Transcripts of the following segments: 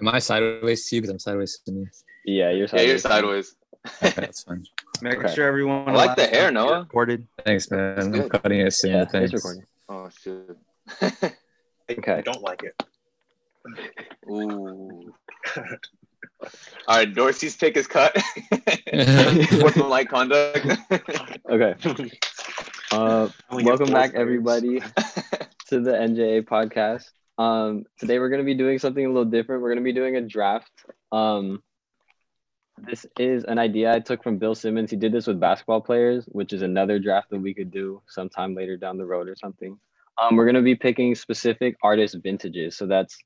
Am I sideways to you? Because I'm sideways to me. Yeah, you're Yeah, sideways. you're sideways. Okay, that's fine. Make Okay. sure everyone. I like the allows hair, us to be Noah. Recorded. Thanks, man. I'm good. cutting it soon. Yeah, it's thanks. recording. Oh shit. Okay. don't like it. Ooh. All right, Dorsey's pick is cut. What's Sportsmanlike conduct. Okay. Uh, Only get welcome four back, players. everybody, to the NJA podcast. Um, today we're going to be doing something a little different. We're going to be doing a draft. Um, this is an idea I took from Bill Simmons. He did this with basketball players, which is another draft that we could do sometime later down the road or something. Um, we're going to be picking specific artist vintages. So that's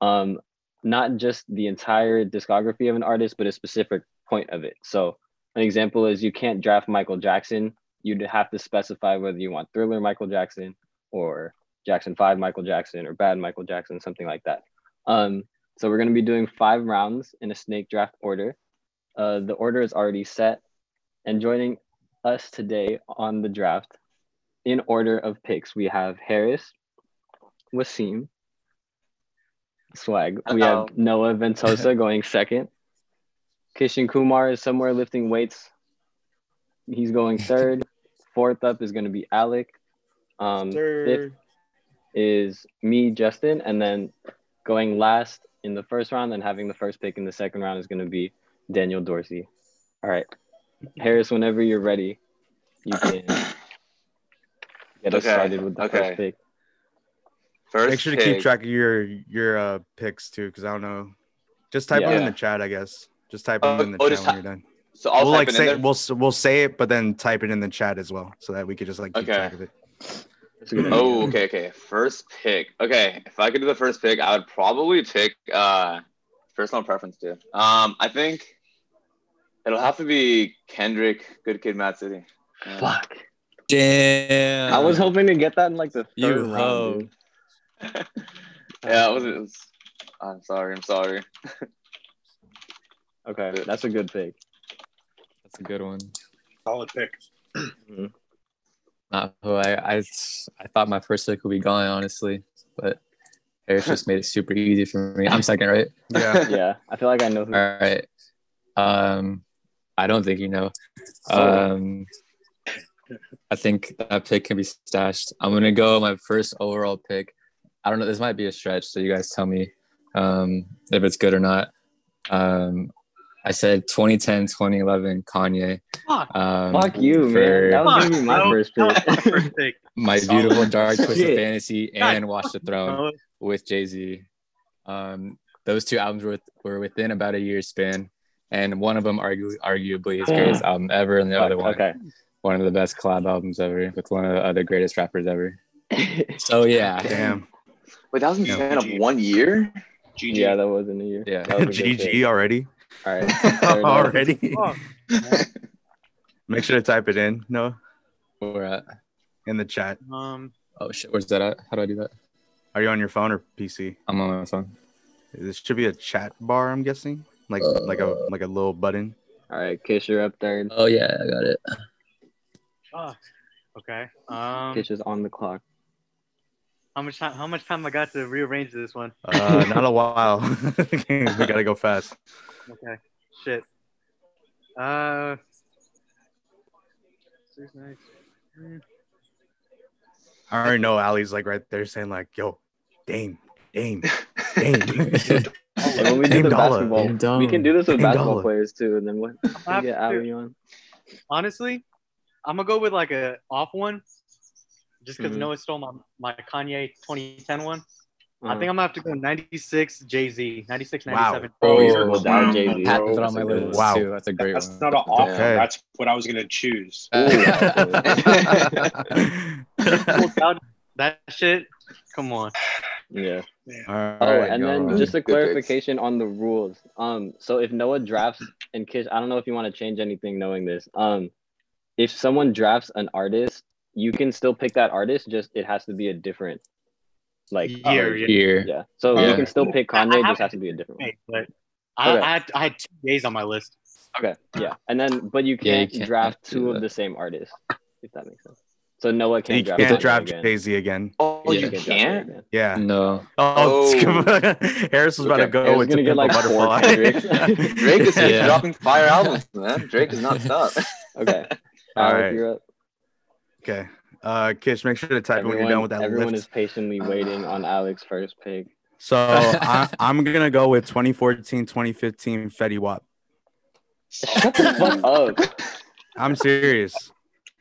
um, not just the entire discography of an artist, but a specific point of it. So an example is you can't draft Michael Jackson. You'd have to specify whether you want Thriller Michael Jackson or Jackson 5 Michael Jackson or Bad Michael Jackson, something like that. Um, so we're going to be doing five rounds in a snake draft order. Uh, the order is already set. And joining us today on the draft in order of picks, we have Harris, Wasim, Swag. We Hello. have Noah Ventosa going second. Kishan Kumar is somewhere lifting weights. He's going third. Fourth up is going to be Alec. Um, Sir. is me, Justin, and then going last in the first round and having the first pick in the second round is going to be Daniel Dorsey. All right, Harris, whenever you're ready, you can get us Okay, started with the okay. first pick. First Make sure to pick. keep track of your your uh, picks too, because I don't know. Just type them in Yeah. the chat, I guess. Just type Oh, them in the oh, chat just when you're done. So I'll we'll type like it in say there. we'll s- we'll say it, but then type it in the chat as well, so that we could just like keep Okay. track of it. That's a good idea. Oh, okay, okay. First pick. Okay, if I could do the first pick, I would probably pick uh personal preference too. Um, I think it'll have to be Kendrick, Good Kid, Mad City. Yeah. Fuck. Damn. I was hoping to get that in like the third You round. hoe. dude. Yeah, it was, it was. I'm sorry. I'm sorry. Okay, that's a good pick. That's a good one. Solid pick. Not who I, I I thought my first pick would be gone, honestly, but Harris just made it super easy for me. I'm second, right? Yeah. Yeah, I feel like I know who. All right. Um, I don't think you know. Oh. Um, I think that pick can be stashed. I'm gonna go my first overall pick. I don't know. This might be a stretch, so you guys tell me um, if it's good or not. Um, I said 2010, 2011, Kanye. Fuck. Um, Fuck you, for man. That was gonna be my first pick. First pick. my beautiful dark twisted Shit. fantasy God. and Watch the Throne Oh, with Jay Z. Um, those two albums were, were within about a year span, and one of them argu- arguably his greatest album ever, and the other one okay. one of the best collab albums ever with one of the other greatest rappers ever. So yeah, Damn. Wait, that was in the span Yeah. of one year. GG. yeah, that wasn't a year. yeah. That was a good pick. GG already. All right. fair enough. already. Fuck. Make sure to type it in, no, Where at? in the chat. Um, Oh shit, where's that at? How do I do that? Are you on your phone or PC? I'm on my phone. This should be a chat bar, I'm guessing. Like like a like a little button. All right, Kish, you're up third. Oh yeah, I got it. fuck. Okay. Um, Kish is on the clock. how much time? How much time I got to rearrange this one? Uh, not a while. we gotta go fast. Okay. Shit. Uh. six, nine, hmm. I already know Ali's like right there saying like, "Yo, Dame, Dame, Dame." Oh, And when we do Dame the dollar. basketball, we can do this with Dame basketball dollar. players too. And then what? I'll We get have to- Ali on. honestly, I'm gonna go with like a off one, just because Mhm. Noah stole my, my Kanye 2010 one. I Uh-huh. think I'm gonna have to go 96 Jay Z, 96, Wow. 97. Oh, Wizard wow. without Jay Z. Pat was on my That's a good list one. too. That's a great That's one. not an offer. Okay. That's what I was gonna choose. Pulled out that shit. Come on. Yeah. All Oh, right, and go then on. just a Good picks. clarification on the rules. Um, so if Noah drafts and Kish, I don't know if you want to change anything knowing this. Um, if someone drafts an artist, you can still pick that artist. Just it has to be a different, like Year, artist. yeah. Here. Yeah. So Yeah. you can still pick Kanye. I it just have- has to be a different one. Hey, but I, Okay. I, had, I had two days on my list. Okay. Yeah. And then, but you Yeah, you can't can't do draft two that. of the same artist, if that makes sense. So Noah He can't draft. can't Noah draft again. Jay Z again. Oh, Yeah, you he can't? draft Noah again. Yeah. No. Oh, Harris was about to Okay. go Mm. Harris is gonna with the get, like, Pimple four butterfly. Kendricks. Drake is Yeah. dropping fire albums, man. Drake does not stop. Okay. All Alec, right. you're up. okay. Uh, Kish, make sure to type it when you're done with that everyone lift. is patiently waiting on Alec's first pick. So I, I'm gonna go with 2014, 2015 Fetty Wap. Shut the fuck up. I'm serious.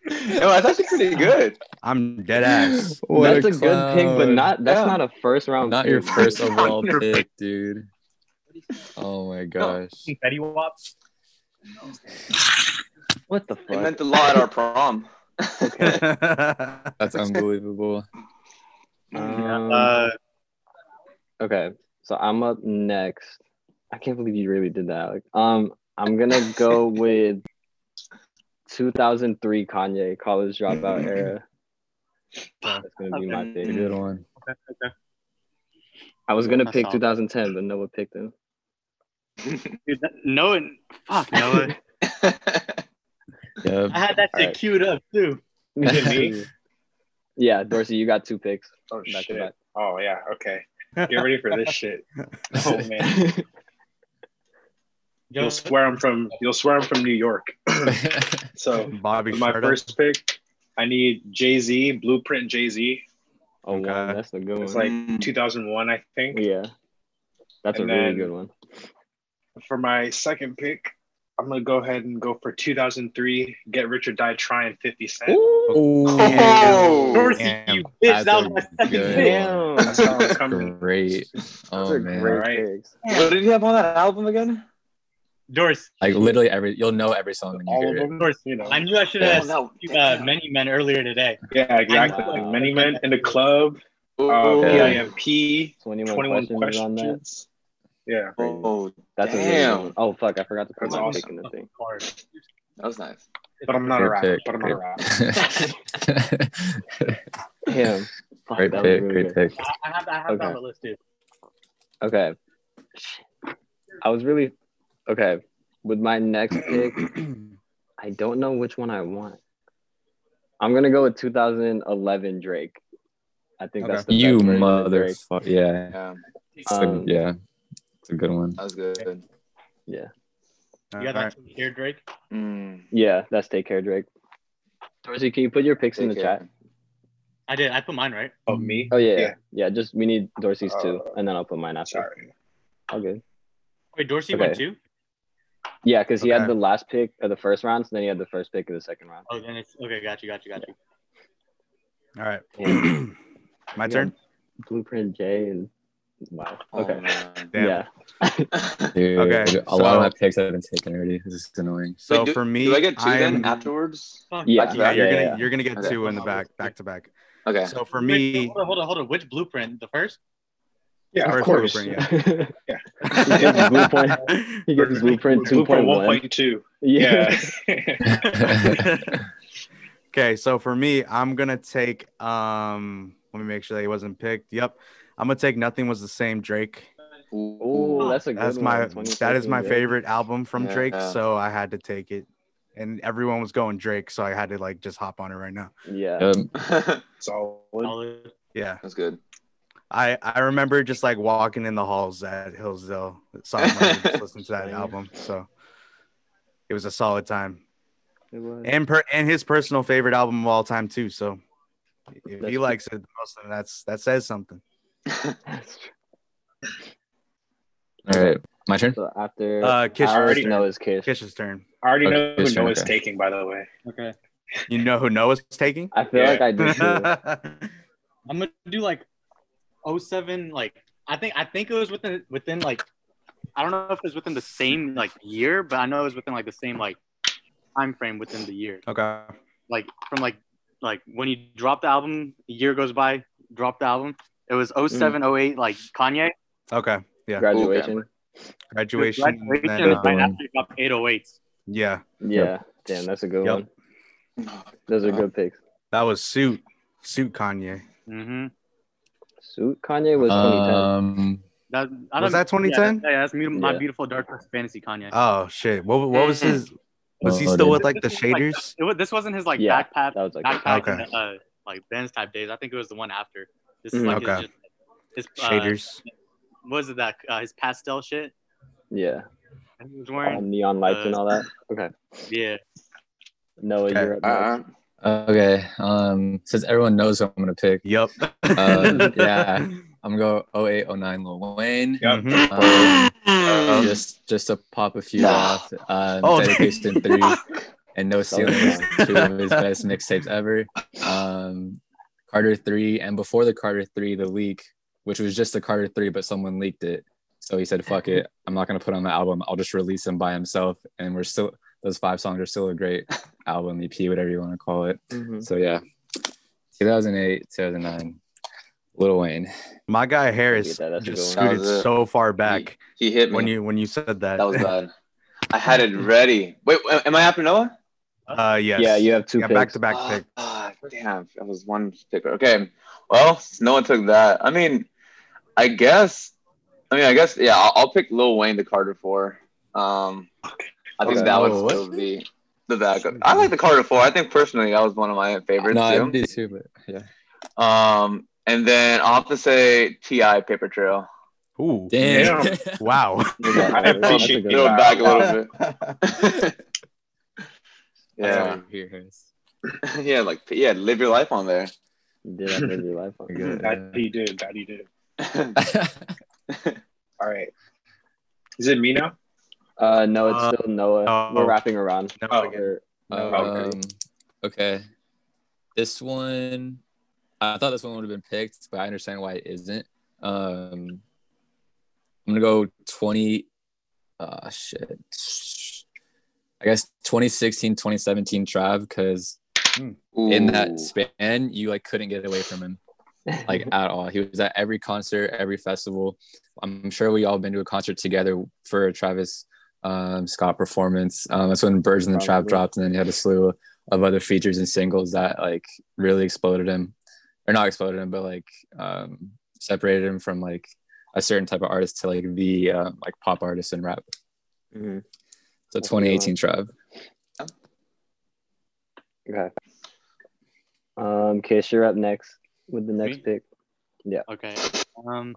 No, that's actually pretty good. I'm dead ass. that's a good pick, but not that's Yeah. not a first round. not pick. your first overall your pick, dude. Oh my gosh. Confetti Wop. What the It fuck? meant a lot at our prom. That's unbelievable. Um, Uh, okay, so I'm up next. I can't believe you really did that. Alec. um, I'm gonna go with 2003 Kanye College Dropout era. That's gonna be my It's a pick. good one. I was gonna pick That's solid. 2010, but Noah picked him. dude, that, Noah, fuck Noah. Yeah. I had that shit Alright. queued up too. Is it me? yeah, Dorsey, you got two picks. oh Back to shit. Oh yeah. Okay. Get ready for this shit. Oh man. back. You'll swear I'm from. You'll swear I'm from New York. So Bobby with my Sharda. first pick, I need Jay Z, Blueprint Jay Z. Oh, wow, Okay. that's a good It's one. like Mm. 2001, I think. yeah, that's a And really then- good one. For my second pick, I'm gonna go ahead and go for 2003. Get Rich or Die Trying 50 Cent. Oh. Dorsey, Damn, you bitch. That was that's a my second good pick. Damn, That's how it's coming. Great. those Oh are man. great Alright. picks. what did he have on that album again? Dorsey, Like literally every you'll know every song when you All hear of it. them, you know. I knew I should Oh, have no. asked uh, many men earlier today. Yeah, exactly. Wow. Many men in the club. Uh, Oh, Yeah. PIMP. 21, 21 questions, on that. questions. Yeah, oh, That's a really Damn. good one. Oh fuck, I forgot to put That's my awesome. pick in the thing. that was nice. but I'm not a Great rapper. pick. But I'm not a rapper. Damn. Fuck, great that was pick, really great good. pick. I I have, I have that Okay. on the list too. Okay. I was really okay with my next pick. I don't know which one I want. I'm gonna go with 2011 Drake. I think Okay. that's the You best version of Drake. motherfucker. Yeah. Yeah, It's a- Um, yeah. It's a good one. that was good. You got that here, Drake. Mm. Yeah, that's Take Care Drake. Dorsey, can you put your picks in the Take care. chat? I did. I put mine right. Of me? Oh yeah, yeah, Yeah. Just we need Dorsey's too, Uh, and then I'll put mine after. Sorry. All good. Wait, Dorsey Okay. went too. Yeah, because he Okay. had the last pick of the first round, so then he had the first pick of the second round. Oh, then it's okay. Got you. Got you. Got you. All right. My turn. Blueprint J and wow. Oh, Okay. man. Damn. Yeah. Dude, Okay, a lot of so- my picks have been taken already. This is annoying. So Wait, do, for me, do I get two am- then afterwards? Fuck. Yeah. Back to Yeah, back? you're Yeah, gonna yeah. you're gonna get Okay. two in the back, back to back. Okay. So for Wait, me, hold on, hold on, hold on. Which blueprint? The first? Yeah, First of course. Blueprint, yeah. he gives blueprint. He gives okay. blueprint two Blueprint point one. 1.2. Yeah. Yeah. Um, So for me, I'm gonna take. Um, let me make sure that he wasn't picked. Yep, I'm gonna take. Nothing was the same. Drake. Oh, that's a good That's one. my that is 2013 my Drake. favorite album from Yeah. Drake, so I had to take it. And everyone was going Drake, so I had to like just hop on it right now. Yeah. Um, so, Solid. Yeah, that's good. I I remember just like walking in the halls at Hillsdale, sophomore year, just listening to that Same. album. So it was a solid time, It was. and per and his personal favorite album of all time too. So if That's- he likes it the most, then that's that says something. That's true. all right. My turn? So after Uh, I Kish, already already know his Kish. Kish's turn. I already Okay, know it's who your Noah's turn. taking, by the way. Okay. You know who Noah's taking? I feel Yeah. like I do too. I'm gonna do like 07, like I think I think it was within within like I don't know if it was within the same like year, but I know it was within like the same like time frame within the year. okay. Like from like like when you drop the album, a year goes by, drop the album. It was Mm. 07, 08, like Kanye. Okay. Yeah. Graduation. Graduation. and Graduation then, and uh, right after you dropped 808s. yeah. Yeah. Damn, that's a good Yep. one. Those are good picks. That was suit. Suit Kanye. Mm-hmm. Suit Kanye was 2010. Um, That, I Was don't- that 2010? Yeah, yeah, that's me, my Yeah. beautiful dark fantasy Mm. Kanye. Oh shit. What, what was his Was he still with like the shaders? It was, this wasn't his like Yeah, backpack, That was like backpack, Okay. uh, like Ben's type days. I think it was the one after. This Mm, is like okay. his, just, his uh, Shaders. What was it that uh, his pastel shit yeah, that he was all Um, wearing? neon lights and all that. Okay, yeah. Noah, Okay. you're up. next. Uh, Okay. Um, since everyone knows who I'm gonna pick, Yep. Uh, yeah. I'm gonna go 08, 09 Lil Wayne. Yep. Mhm. Um, just just to pop a few Nah. off. Um, Oh, dedication three and no That was ceiling, mine. two of his best mixtapes ever. Um, Carter three and before the Carter three, the leak, which was just the Carter three, but someone leaked it. So he said, "Fuck it, I'm not gonna put on the album. I'll just release him by himself." And we're still those five songs are still a great album EP, whatever you want to call it. Mhm. So yeah, 2008, 2009, Lil Wayne. My guy Harris Yeah, that's a just good one. scooted That was it. so far back he hit me. when you when you said that. that was bad. I had it ready. Wait, wa- am I after Noah? uh, yes. Yeah, you have two yeah, picks. back to back Ah, pick. ah, damn, that was one pick. Okay, well, since no one took that. I mean, I guess. I mean, I guess. Yeah, I'll, I'll pick Lil Wayne to Carter Four. Um, I think Okay. that would Oh, what? still be the backup. I like the Carter Four. I think personally, that was one of my favorites No, I too. did too, but yeah. Um, and then I'll have to say Ti Paper Trail. Ooh. Damn. Wow. Yeah, I appreciate Oh, uh, that's a Throw it good- back a little bit. That's yeah, what you hear, Harris. yeah, like yeah, live your life on there. Did I live your life on? You're good. That he did. That he did. All right. Is it me now? Uh, Uh, no, it's Uh, still Noah. no. We're wrapping around. No, Oh. again. We're- Okay. Um, okay. This one, I thought this one would have been picked, but I understand why it isn't. Um, I'm gonna go 20. Uh, shit. I guess 2016, 2017 Trav, because in Ooh. that span, you like couldn't get away from him. like Mm-hmm. at all. He was at every concert, every festival. I'm sure we all been to a concert together for a Travis um, Scott performance. Um, that's when Birds in the Trap Probably. dropped, and then he had a slew of other features and singles that like really exploded him, or not exploded him, but like um, separated him from like a certain type of artist to like the uh, like pop artist and rap. Mm-hmm. Mhm. So That's a good one. 2018 Trav. Okay. Um, Kish, you're up next with the next Me? pick. Okay. Um.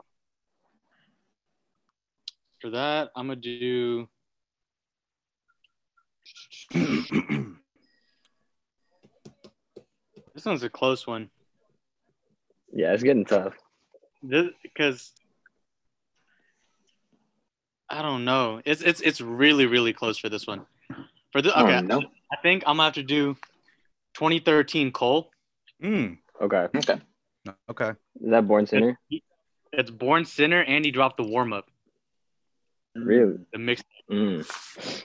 For that, I'm gonna do. This one's a close one. Yeah, it's getting tough. This because I don't know. It's it's it's really really close for this one. For the Oh, okay, Mm, no. I think I'm gonna have to do 2013 Cole. Mm, Okay. Okay. okay. Is that Born Sinner? It's Born Sinner, and he dropped the warm up, Really? the mix. Mm.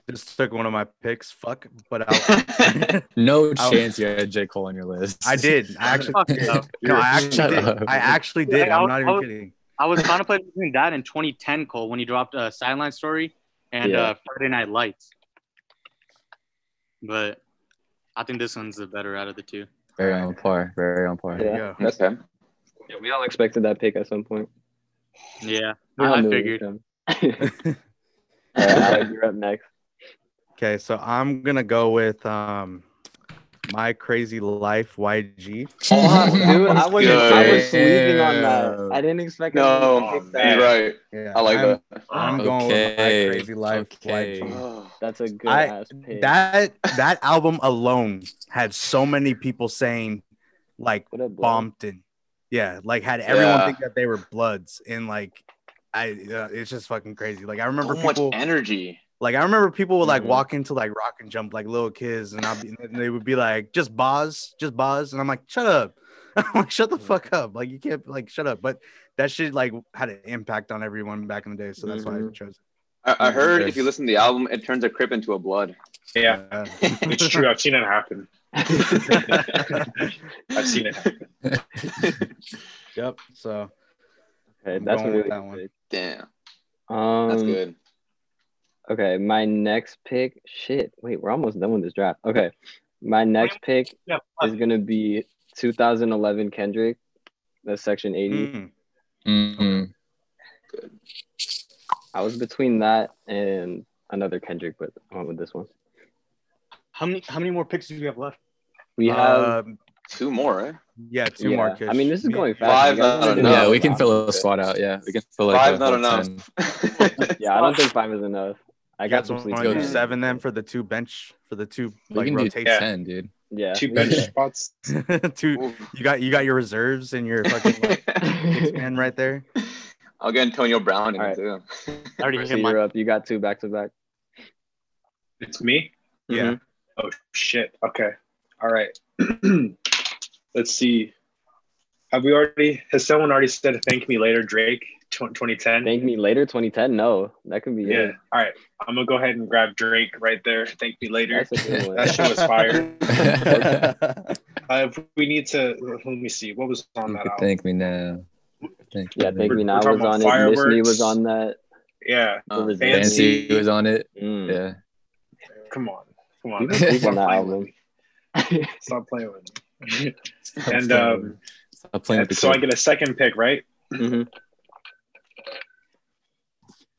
Just took one of my picks. Fuck. But I, No Oh. chance you had J Cole on your list. I did. I actually. Fuck no. No, I Shut actually did. up. I actually did. I'm not even kidding. I was contemplating between that and 2010 Cole when he dropped uh, Sideline Story and Yeah. uh, Friday Night Lights. But I think this one's the better out of the two. Very on par. Very on par. Yeah. Yeah. okay. Yeah, we all expected that pick at some point. Yeah, We all I knew it was figured. him. All right, Alec, you're up next. Okay, so I'm gonna go with um, my crazy life YG. Oh, dude, I was I was Good. sleeping on that. I didn't expect No, anyone to pick you're that. right. Yeah, I like I'm, that. I'm going Okay, with my crazy life okay. YG. Oh, That's a good I- ass pick. That that album alone had so many people saying like what up, bro? Bompton. Yeah, like had everyone Yeah. think that they were Bloods, and like, I uh, it's just fucking crazy. Like I remember so people much energy. like I remember people would like Mhm. walk into like rock and jump like little kids, and I'd be, and they would be like just Boz, just Boz, and I'm like shut up, I'm like shut the fuck up, like you can't like shut up. But that shit like had an impact on everyone back in the day, so that's why I Mhm. chose. I, I heard Yes. if you listen to the album, it turns a crip into a blood. Yeah, it's true. I've seen it happen. I've seen it happen. Yep. So Okay, I'm that's a going with really that good one. pick. Damn, Um, that's good. Okay, my next pick. Shit, wait, we're almost done with this draft. Okay, my next pick Yeah, is gonna be 2011 Kendrick. That's section 80. mm, Mm, I was between that and another Kendrick, but I went with this one. How many how many more picks do we have left? We have Um, Two more, eh? right? yeah, two yeah. more. Kish. I mean, this is Me- going fast. Five, You guys I don't wanna do know. yeah, that we can last? fill a squad out. Yeah, we can fill like Five, a not whole enough. 10. Yeah, I don't think five is enough. I got That's some one sleep. wanna of go the to seven then for the two bench for the two We like can do rotation. ten, dude. Yeah. Two we bench can. spots. two. Ooh. You got you got your reserves and your fucking like, six man right there. I'll get Antonio Brown in All right. too. I already So hit my you're up. You got two back to back. It's me. Mm-hmm. Yeah. Oh shit. Okay. All right. Let's see. Have we already? Has someone already said "Thank Me Later"? Drake, tw- 2010. Thank me later, 2010. No, that could be yeah. it. All right. I'm gonna go ahead and grab Drake right there. Thank Me Later. That's a good one. That shit was fire. yeah, Uh, if we need to, let me see. What was on You that could album? thank me now. Thank Yeah, me thank now. me We're now talking was about on it. Miss me was fireworks. uh, on that. Yeah. Uh, What was Fancy. that? Fancy was on it. Mm. Yeah. Come on. Come You on. can sleep on Stop that playing with album. me. Stop playing with me. And, um, I'm playing with the so I kid. get a second pick, right? Mhm.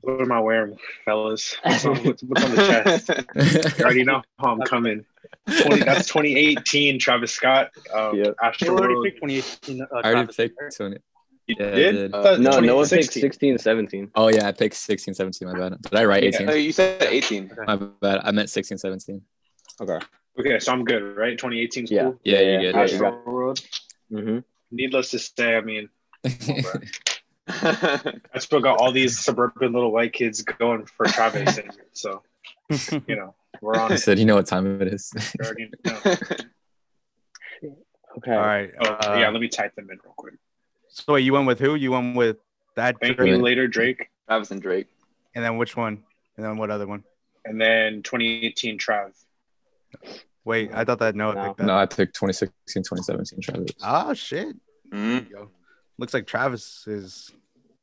What am I wearing, fellas? What's on, what's, what's on the chest? You already know how I'm coming. 20, that's 2018, Travis Scott. Um, Yep. they Astro already World. picked 2018. Uh, I already Travis picked Barker. 20. You Yeah, I did? did. uh, I thought No, no one picked 2016. 16, 17. Oh yeah, I picked 16, 17. My bad. Did I write Yeah. 18? Hey, Oh, you said 18. My bad. I meant 16, 17. Okay. Okay, so I'm good, right? 2018 is Yeah. cool. Yeah, Yeah, you yeah. did. you Astro got- World. Mm-hmm. Needless to say, I mean, That's I still got all these suburban little white kids going for Travis. and so, you know, we're on I it. said, you know what time it is. You already know. Okay. All right. Oh, uh, yeah, let me type them in real quick. So wait, you went with who? You went with that Thank Drake, you later, Drake. and Drake. and then which one? And then what other one? And then 2018, Trav. Wait, I thought that Noah No. picked that. no, I picked 2016, 2017. Travis. Oh shit. There Mm. you go. Looks like Travis is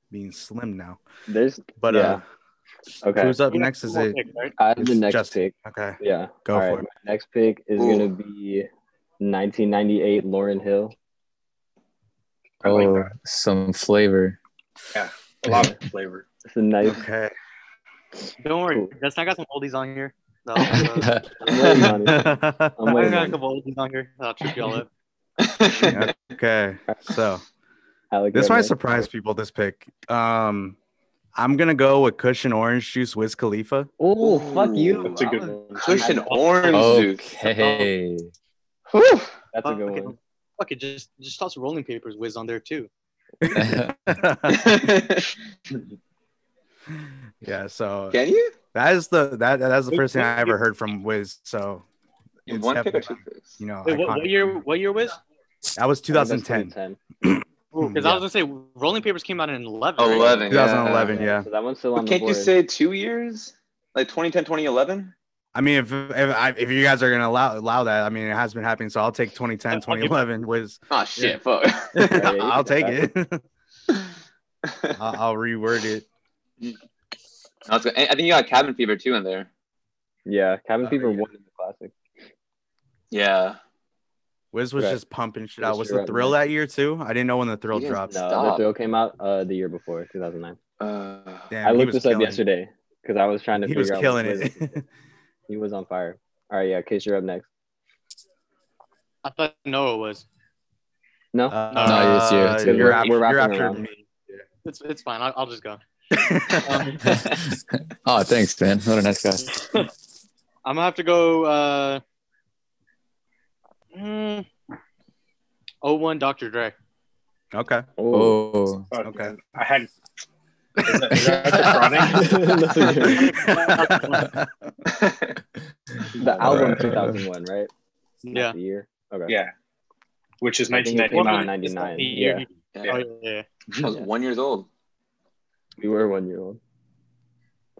being slim now. There's But uh okay. who's up We have next two is more it picks, right? I have the it's next Justin. pick. okay. Yeah. Go All for right, it. My next pick is Ooh. gonna be 1998 Lauren Hill. I like oh, that. some flavor. A lot of flavor. It's a nice Okay. Don't worry, Justin. I got some oldies on here. No, uh, I'm waiting on it. I'm I waiting got a on it. couple oldies on here. I'll trip y'all up. okay. So Alec this might Redman. surprise people, this pick. Um I'm gonna go with cushion orange juice Wiz Khalifa. Oh, fuck you. That's a I good was- Cushion orange juice. okay. Whew. That's a good Fuck it. one. Fuck it, just just toss rolling papers whiz on there too. yeah, so Can you? that is the that that's the first thing I ever heard from Wiz. So You It's One pick or two definitely- picks? you know Wait, what, what iconic. year? What year whiz? Oh, that was 2010. Hmm, Because I was gonna say rolling papers came out in eleven. right? 11. 2011, Yeah. yeah. So that one's still on But the can't you board. say two years? Like 2010, 2011? I mean, if if, I, if you guys are gonna allow allow that, I mean, it has been happening. So I'll take 2010, 2011 was. Oh, shit. you can I'll take take it. I'll, Fuck. I'll reword it. No, it's good. And I think you got cabin fever too in there. Yeah, Cabin Oh, Fever yeah. won in the classic. Yeah. Wiz was Right. just pumping shit out. Wiz, Was you're the up thrill next. that year too? I didn't know when the thrill Yes. dropped. No, the Stop. thrill came out uh, the year before, 2009. Uh, Damn, I he looked was this up killing it. yesterday because I was trying to He was figure out. killing what it. He was on fire. All right, yeah, Case, you're up next. I thought Noah was. No, Uh, No, it's you, it's you. You're, We're- after, we're you're wrapping after around. me. It's it's fine. I'll, I'll just go. Um, oh, thanks, man. What a nice guy. I'm gonna have to go. Uh, mm, 01 Dr. oh Dre. Okay. oh, Oh, Fuck, Okay. man. I had. Is that, is that chronic? That's a good one. Oh, the album Right. 2001, right? Not Yeah. the year. Okay. Yeah. Which is I think it's 1999. 1999. The Yeah, year he- Oh, yeah, yeah. I was one years old. we were one year old.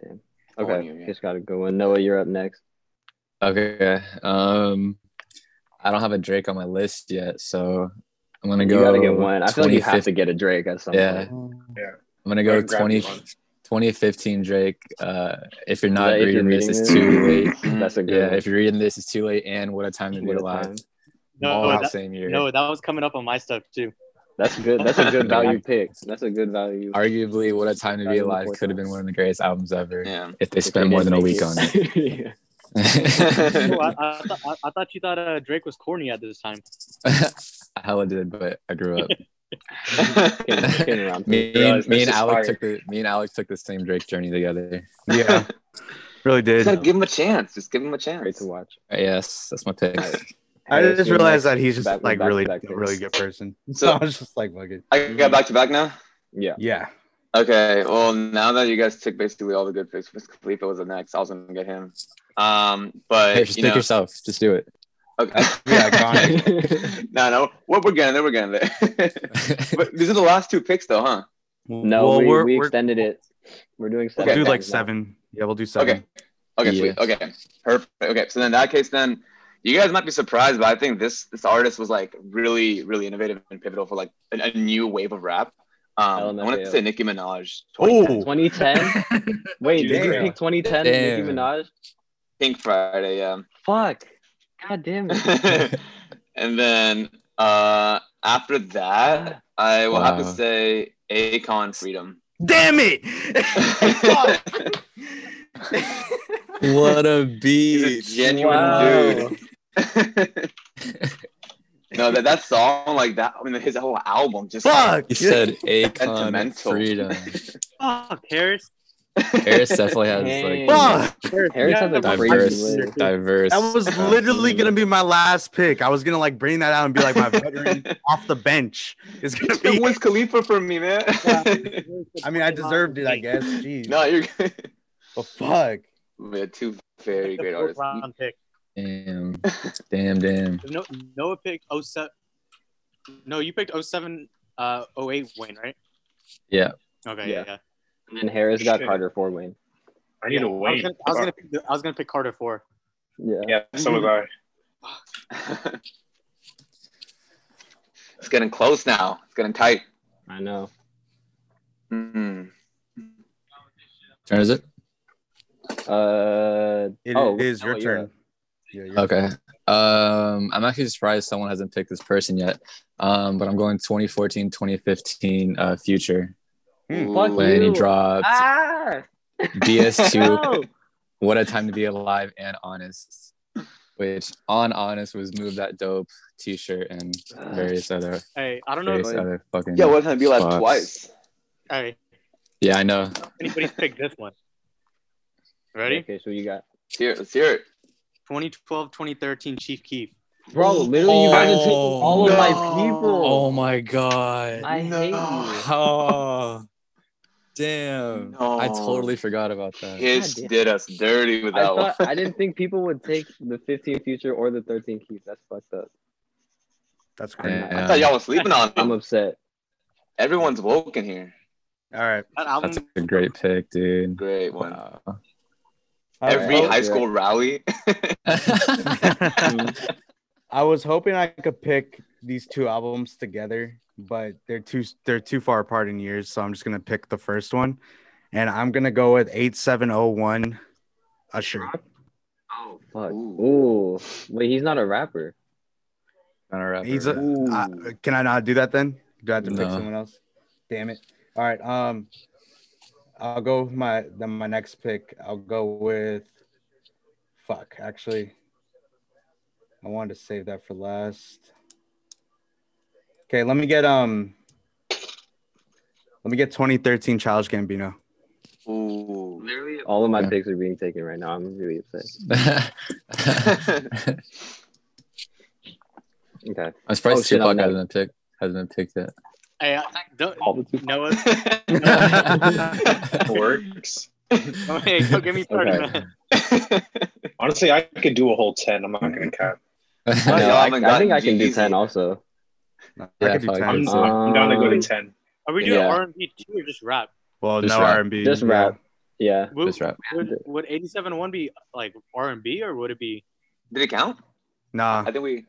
Damn. One Okay, year, yeah. Case got a good one. Noah, you're up next. okay. Um, I don't have a Drake on my list yet, so I'm gonna go. you gotta get one. I feel like you have 2015 to get a Drake at some Yeah, point. I'm gonna go Go grab 20, one. 2015 Drake. Uh, if you're not Like, if reading, you're this, reading it's it, too late. That's a good Yeah, one. if you're reading this, it's too late. And what a time to be What a alive. time. All No, the that, same year. no, that was coming up on my stuff too. That's good. That's a good No, value you- pick. That's a good value. Arguably, what a time to Not be even the alive fourth could have one. been one of the greatest albums ever Yeah. if they spent more than a week on it. it. Oh, I, I, thought- I, I thought you thought uh, Drake was corny at this time. I hella did, but I grew up. Came, came around. me, realize and, me this and is Alex fire. took the me and Alex took the same Drake journey together. Yeah, really Just did. gotta give him a chance. Just give him a chance. Great to watch. Uh, Yes, that's my pick. I Harris, just you're realized next. that he's just Back- like back- really, back to a really good person. So So- I was just like, fuck it. I got back to back now. Yeah. Yeah. Okay, well now that you guys took basically all the good picks, Mr. Khalifa was the next. I was gonna get him. Um, but Here, just you pick know, yourself. Just do it. okay. Yeah, gone. no, no, we're, we're getting there. We're getting there. but these are the last two picks, though, huh? No, Well, we, we're- we we're- extended it. We're doing We'll seven. do like times now. seven. Yeah, we'll do seven. Okay. Okay, Yeah. sweet. Okay, perfect. Okay, so then in that case, then you guys might be surprised, but I think this this artist was like really, really innovative and pivotal for like a, a new wave of rap. Um, I want to LMFAO. say Nicki Minaj. Oh, 2010. Wait, did you Damn. pick 2010 Nicki Damn. Minaj? Pink Friday, yeah. Fuck. God damn it. and then uh, after that, I will have Wow. to say Akon Freedom. damn it! what a He's a beat! genuine Wow. dude. no, that that song, like that, I mean, his whole album just. like, Fuck. You said Akon Sentimental. Freedom. Fuck, Harris. Harris definitely has Dang. like Fuck. Harris, Harris you has a have the crazy right- diverse, list. diverse. That was uh, literally gonna be my last pick. I was gonna like bring that out and be like my veteran off the bench is gonna It be. was Khalifa for me, man. I mean, I deserved it, I guess. Jeez. no, you're. But fuck. we had two very great artists. Round pick. damn, damn, damn. No, Noah picked 07. No, you picked 07, uh, 08 Wayne, right? Yeah. Okay, Yeah. yeah, yeah. And then Harris got Shit. Carter for Wayne. I need Yeah, a I was Wayne. gonna, I was gonna, pick, the- I was gonna pick Carter four. Yeah. yeah, so was I. it's getting close now. It's getting tight. I know. Mm. Turn is it? Uh, It is Oh, your Noah, you're turn. Yeah, you're- Okay. Um, I'm actually surprised someone hasn't picked this person yet. Um, but I'm going 2014, 2015 uh, future Hmm. Fuck Ooh. when he you. dropped Ah! DS2. No! what a time to be alive and honest. Which on honest was move that dope T-shirt and various other Hey, I don't know. various If, other fucking. Yeah, what time be like spots. twice? hey, Yeah, I know. anybody's picked this one. Ready? Okay, so you got. Let's hear it. Let's hear it. 2012, 2013 Chief Keef. Bro, literally, you guys are taking Oh, all of my people. Oh my god. I hate you. Oh, damn. No. I totally forgot about that. God Hitch damn. did us dirty with I, that thought, one. I didn't think people would take the 15 future or the 13 keys. That's fucked up. That's crazy. Yeah. I thought y'all was sleeping on I'm him. upset. Everyone's woke in here. All right. That album, That's a great pick, dude. Great one. Wow. Every Oh, Alright. high school rally. I was hoping I could pick these two albums together, but they're too they're too far apart in years, so I'm just gonna pick the first one, and I'm gonna go with eight seven zero one, Usher. Oh, fuck. Ooh. Ooh. Wait, he's not a rapper. Not a rapper, He's a, right? uh, can I not do that then? Do I have to pick No. someone else? Damn it! All right, um, I'll go with my then my next pick. I'll go with fuck. Actually, I wanted to save that for last. Okay, let me get um, let me get 2013 Childish Gambino. Ooh. Literally, all of my Yeah. picks are being taken right now. I'm really upset. Okay. I'm surprised Oh, shit, Tupac I'm not- hasn't been picked. Hasn't been picked yet. hey, I- don't, All the two. Noah, Works. oh, hey, don't get me started. Okay. man. Honestly, I could do a whole 10. I'm not going to cap. I, know, I- y'all haven't I think gotten I can do Jeezy. 10 also. Yeah, I could do fuck. 10. I'm, so- I'm down to go to Um, 10. Are we doing Yeah. R&B too or just rap? well, Just no rap. R&B. Just yeah. rap. Yeah. Would, Just rap. Would, would 87-1 be like R&B or would it be? Did it count? I Nah, think we, we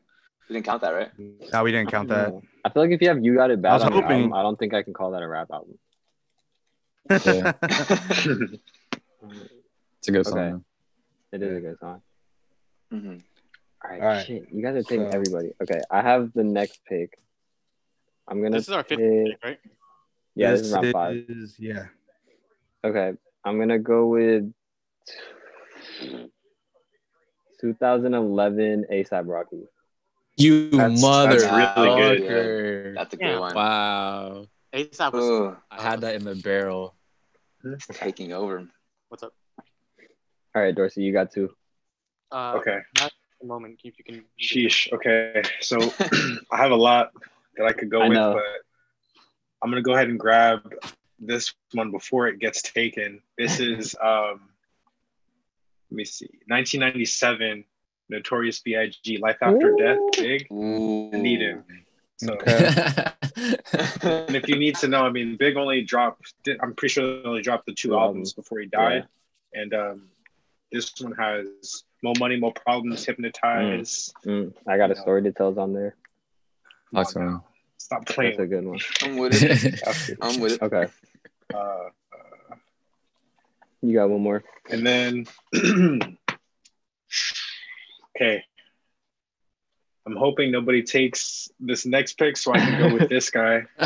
didn't count that, right? no, we didn't count that. I feel like if you have You Got It Bad I was on your hoping- album, I don't think I can call that a rap album. Yeah, it's a good Okay. song. It is a good song. Mhm. All right, All right. shit. You guys are taking So- everybody. Okay, I have the next pick. I'm gonna. This is our fifth pick- pick, right? Yeah, this, is round five. is- yeah. Okay, I'm gonna go with. 2011 ASAP Rocky. You That's- that's mother. really fucker. That's a good Yeah. one. Wow. ASAP was Ooh, I had that in the barrel. taking over. what's up. All right, Dorsey, you got two. Uh, Okay. a moment, if you can. Sheesh. Okay. So I have a lot that I could go I with, know. but I'm gonna go ahead and grab this one before it gets taken. This is um let me see. 1997 Notorious B.I.G. Life After Ooh. Death Big. Ooh. Need him. So and That's if you need to know, I mean Big only dropped I'm pretty sure they only dropped the two Two albums before he died. And um this one has more money, more problems, hypnotize. Mm, I got a story to tell is on there. Talk to him. Stop That's a playing. good one. I'm with it. I'm with it. Okay, Uh, you got one more. And then, okay. I'm hoping nobody takes this next pick so I can go with this guy um,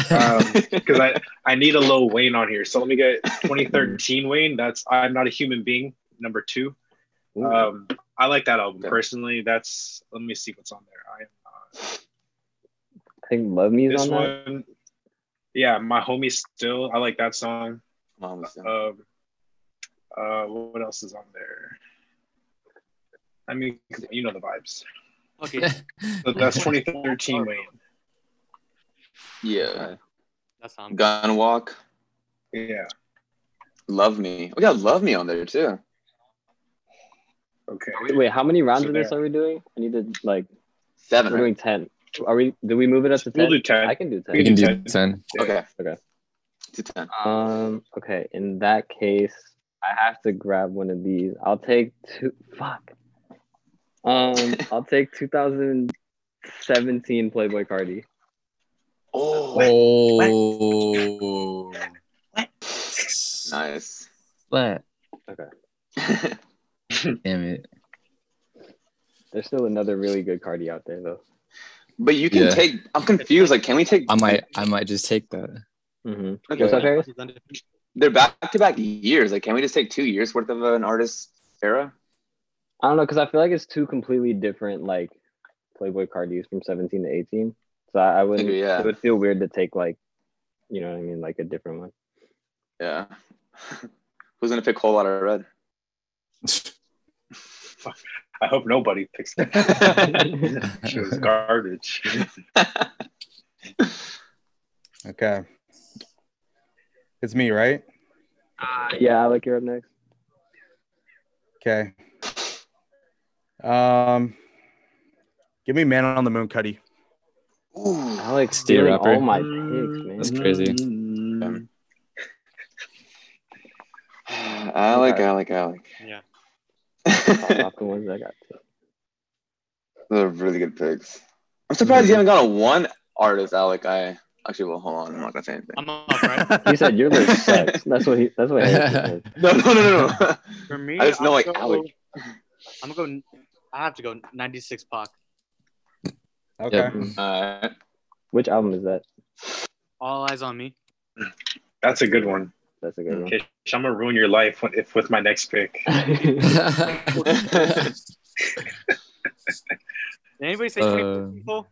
because I, I need a little Wayne on here. So let me get 2013 Wayne. That's I'm not a human being, number two. Ooh. Uh, Um, I like that album Okay. personally. That's let me see what's on there. I am I think Love Me's this on that. one, yeah, my homie still. I like that song. Mom was young. Um, uh, what else is on there? I mean, you know the vibes. Okay, So that's 2013 Wayne. yeah. that sounds good. Gun Walk. Yeah. Love Me. We got Love Me on there too. Okay. Wait, how many rounds So of this there. are we doing? I need to like. Seven. We're right? doing ten. Are we? Do we move it up to 10 We'll do 10. I can do we ten. can do 10. Okay. Okay. To ten. Um. Okay. In that case, I have to grab one of these. I'll take two. Fuck. Um. I'll take 2017 Playboy Cardi. Oh. Oh. Nice. What? That's Damn it. There's still another really good Cardi out there though. But you can Yeah. take. I'm confused. Like, can we take? I might I might just take that. Mm-hmm. Okay. What's up, Harry? They're back to back years. Like, can we just take two years worth of an artist's era? I don't know because I feel like it's two completely different like Playboy Cardis from 17 to 18. So I, I wouldn't. Agree, yeah. It would feel weird to take like, you know what I mean, like a different one. Yeah. Who's gonna pick whole lot of red? I hope nobody picks that. She was garbage. Okay. It's me, right? yeah, Alec, you're up next. Okay. Um, give me Man on the Moon, Cuddy. Ooh. Alex Stay stealing rapper. all my picks, man. That's crazy. Alec, Okay. Alec, Alec. Yeah. Cross off the ones I got. Those are really good picks. I'm surprised you haven't got a one artist, Alec. I actually, well, hold on. I'm not gonna say anything. I'm up, right? He said your list sucks. That's what he. That's what Harrison said. No, no, no, no, no. For me, I just know, I'll like, go- Alec. I'm gonna go. I have to go 96 Pac. Okay. Yep. Uh, Which album is that? All eyes on me. That's a good one. That's a good one. Kish, I'm gonna ruin your life when, if with my next pick. Did anybody say Uh, 26 people?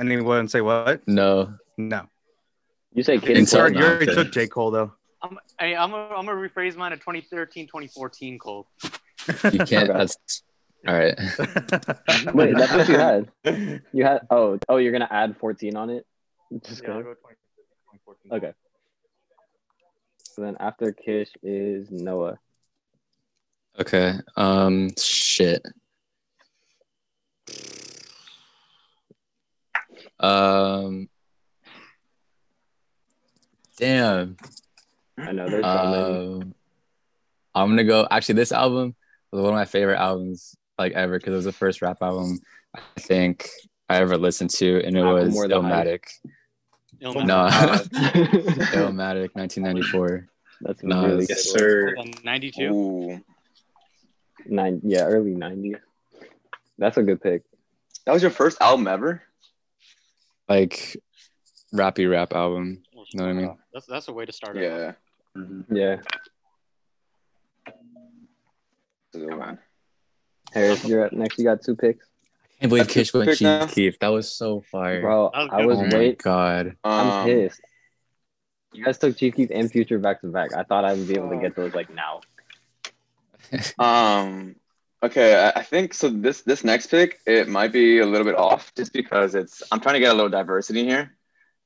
Anyone say what? no. No. you say Didn't You Kid tell Cudi. me. already you already okay. took J. Cole, though. I'm, hey, I'm gonna I'm gonna rephrase mine to 2013, 2014, Cole. You can't Okay. that's all right. Wait, that's what you had. You had. Oh, oh, you're gonna add 14 on it. Just Yeah, I'll kidding. go 20, 2014. Okay. So then after Kish is Noah. Okay. Um shit. Um Damn. I know there's so many. Um I'm gonna go actually this album was one of my favorite albums like ever because it was the first rap album I think I ever listened to and it Apple was More Than Oh Illmatic. Illmatic. No Uh, Illmatic nineteen ninety four. that's no, really it's- Uh, yes, good. one. sir. Hold on, 92. ooh. Nine. Yeah, early 90s. That's a good pick. That was your first album ever? Like rappy rap album. You know what I mean? Oh, That's that's a way to start. Yeah. Yeah. Yeah. That's a good one. Harris, you're up next. You got two picks, can't believe That's your Kish went pick now? Chief Keef. That was so fire. bro. That was I good. was oh my wait. god. I'm Um, pissed. You guys took Chief Keef and Future back to back. I thought I would be able to get those like now. Um. Okay, I- I think so. This this next pick it might be a little bit off just because it's I'm trying to get a little diversity here,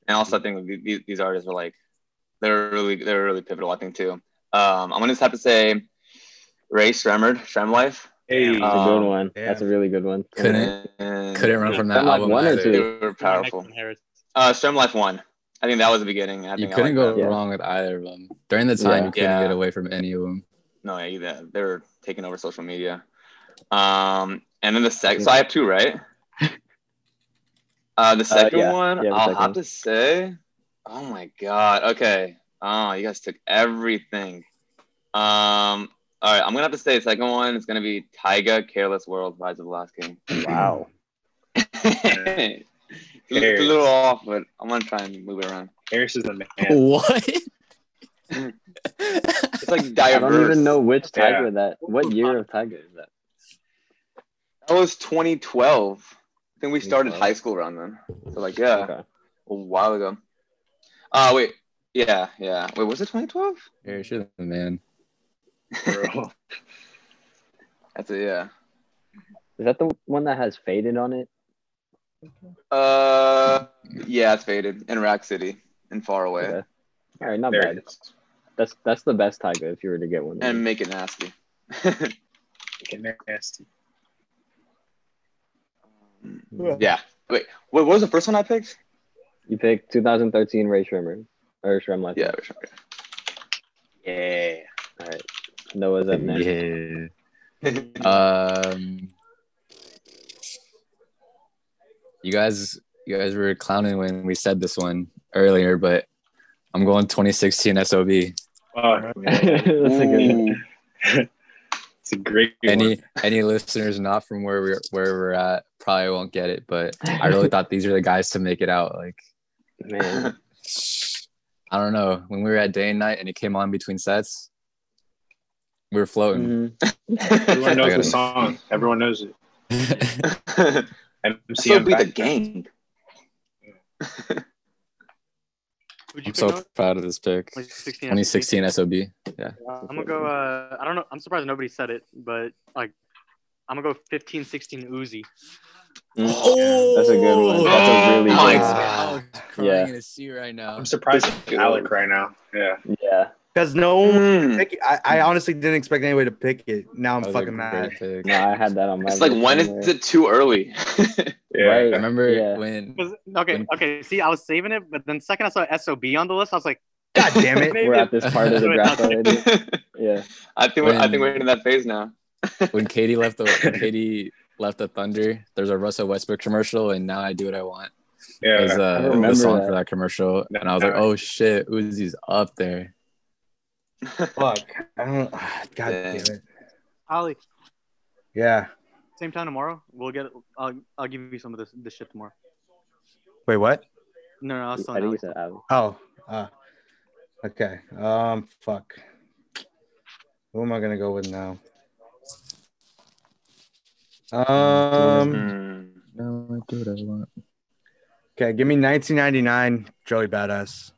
and also I think these, these artists were like they're really they're really pivotal I think too. Um, I'm gonna just have to say Ray Shremmerd, Shrem Life. Hey, That's a Um, good one. That's a really good one. Couldn't couldn't run from that Shrem Life album one or either. They two? were Next powerful. one, Harris. Uh, Shrem Life one. I think that was the beginning. I You think I couldn't like go that. Yeah. wrong with either of them. During the time, Yeah. you couldn't Yeah. get away from any of them. No, yeah, you- they were taking over social media. Um, and then the second, so I have two, right? Uh, the second yeah. one, Yeah, the I'll second have one. to say, oh my god, okay. Oh, you guys took everything. Um, all right, I'm gonna have to say the second one is gonna be Tyga, Careless World, Rise of the Last King. Wow. it's a little off, but I'm gonna try and move it around. Harris is the man. What? It's like diverse. I don't even know which Tiger Yeah. that. What year of Tiger is that? That was 2012. I think we started 2012? high school around then. So like, yeah. Okay. a while ago. Uh wait, yeah, yeah. Wait, was it 2012? Harris, you're the man. Bro. That's it, yeah. Is that the one that has faded on it? Uh, yeah, it's faded in Rack City and far away, Okay. All right, not There bad. it is. That's that's the best Tiger if you were to get one. and make it nasty. Fucking nasty. yeah. Wait, wait, what was the first one I picked? you picked 2013 Ray Shrimmer or Shrim Life. Yeah. sure, Yeah. All right. Noah's up next. Yeah. Yeah. Um, you guys, you guys were clowning when we said this one earlier, but I'm going 2016 SOB. Fuck, That's man. a good one. Ooh. It's a great one. Any any listeners not from where we're where we're at probably won't get it, but I really thought these are the guys to make it out. Like Man, I don't know when we were at day and night and it came on between sets, we were floating. Mhm. Everyone knows gotta- the song. Everyone knows it. Mm. MC so be the Impact. gang. Who'd you I'm pick, so Noah? proud of this pick. Like 16, 2016 SOB. Yeah. I'm gonna go. Uh, I don't know. I'm surprised nobody said it, but like, I'm gonna go 15, 16 Uzi. That's a good one. That's a really my good God. one. crying Yeah. in a sea right now. I'm surprised it's Alec right now. Yeah. Yeah. Because no one Mm. pick it. I, I honestly didn't expect anybody to pick it. Now I'm That was a fucking great mad. pick. No, I had that on my It's like list when is somewhere. it too early? Yeah. I Right. remember Yeah. when 'Cause- okay, When- okay. See, I was saving it, but then second I saw SOB on the list, I was like, God damn it. maybe We're at this part of the draft already. I Yeah. think we're, I think we're in that phase now. when Katie left the when Katie left the Thunder. There's a Russell Westbrook commercial, and now I do what I want. Yeah. Is I uh, remember the song that. for that commercial, and I was like, oh shit, Uzi's up there. Fuck. I don't. God Yeah. damn it. Holly, Yeah. same time tomorrow. We'll get. I'll, I'll give you some of this this shit tomorrow. Wait, what? No, no, I was I telling think you Alex. said Alec. Oh. Uh, okay. Um. Fuck. Who am I gonna go with now? Um. Mm. No, I do what I want. Okay. Give me 1999. Joey Badass.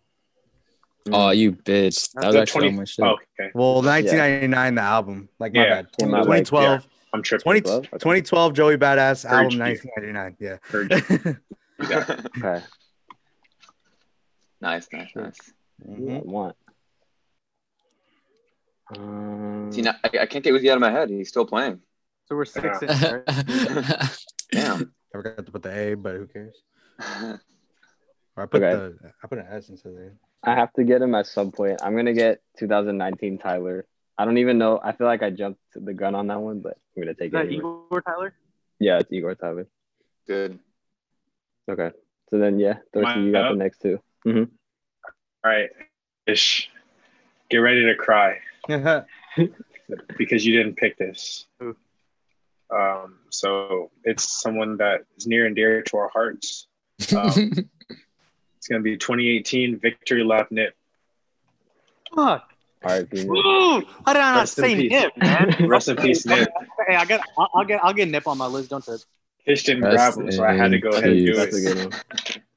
Oh, you bitch! That was The actually 20 on my shit. Oh, okay. Well, 1999, the album. Like my Yeah. bad. Came out, like, 2012. I'm tripping. 20, 12? Okay. 2012 Joey Badass album. you. 1999. Yeah. Heard you. Mhm. Okay. nice, nice, nice. Mm-hmm. Who I want. Um, See, now, I, I can't get Uzi out of my head. He's still playing. So we're six in. Right? Damn. I forgot to put the A, but who cares? Or I put Okay. the I put an S instead of the A. I have to get him at some point. I'm gonna get 2019 Tyler. I don't even know. I feel like I jumped the gun on that one, but I'm gonna Is take it. that anyway. Igor Tyler? Yeah, it's Igor Tyler. Good. Okay. So then, yeah, Dorsey, Mine you got up? the next two. All right. Ish. Get ready to cry because you didn't pick this. Who? Um, so it's someone that is near and dear to our hearts. Um, it's going to be 2018 Victory Lap Nip. Fuck. RIP. Nick. Ooh, why did I not Rest in say peace. Ah, Nip, man? Rest in peace, Nick. Hey, I got, I'll, I'll get, I'll get Nip on my list. Don't trip. Fish didn't Rest grab him, so I had to go ahead and do in That's a it. good one.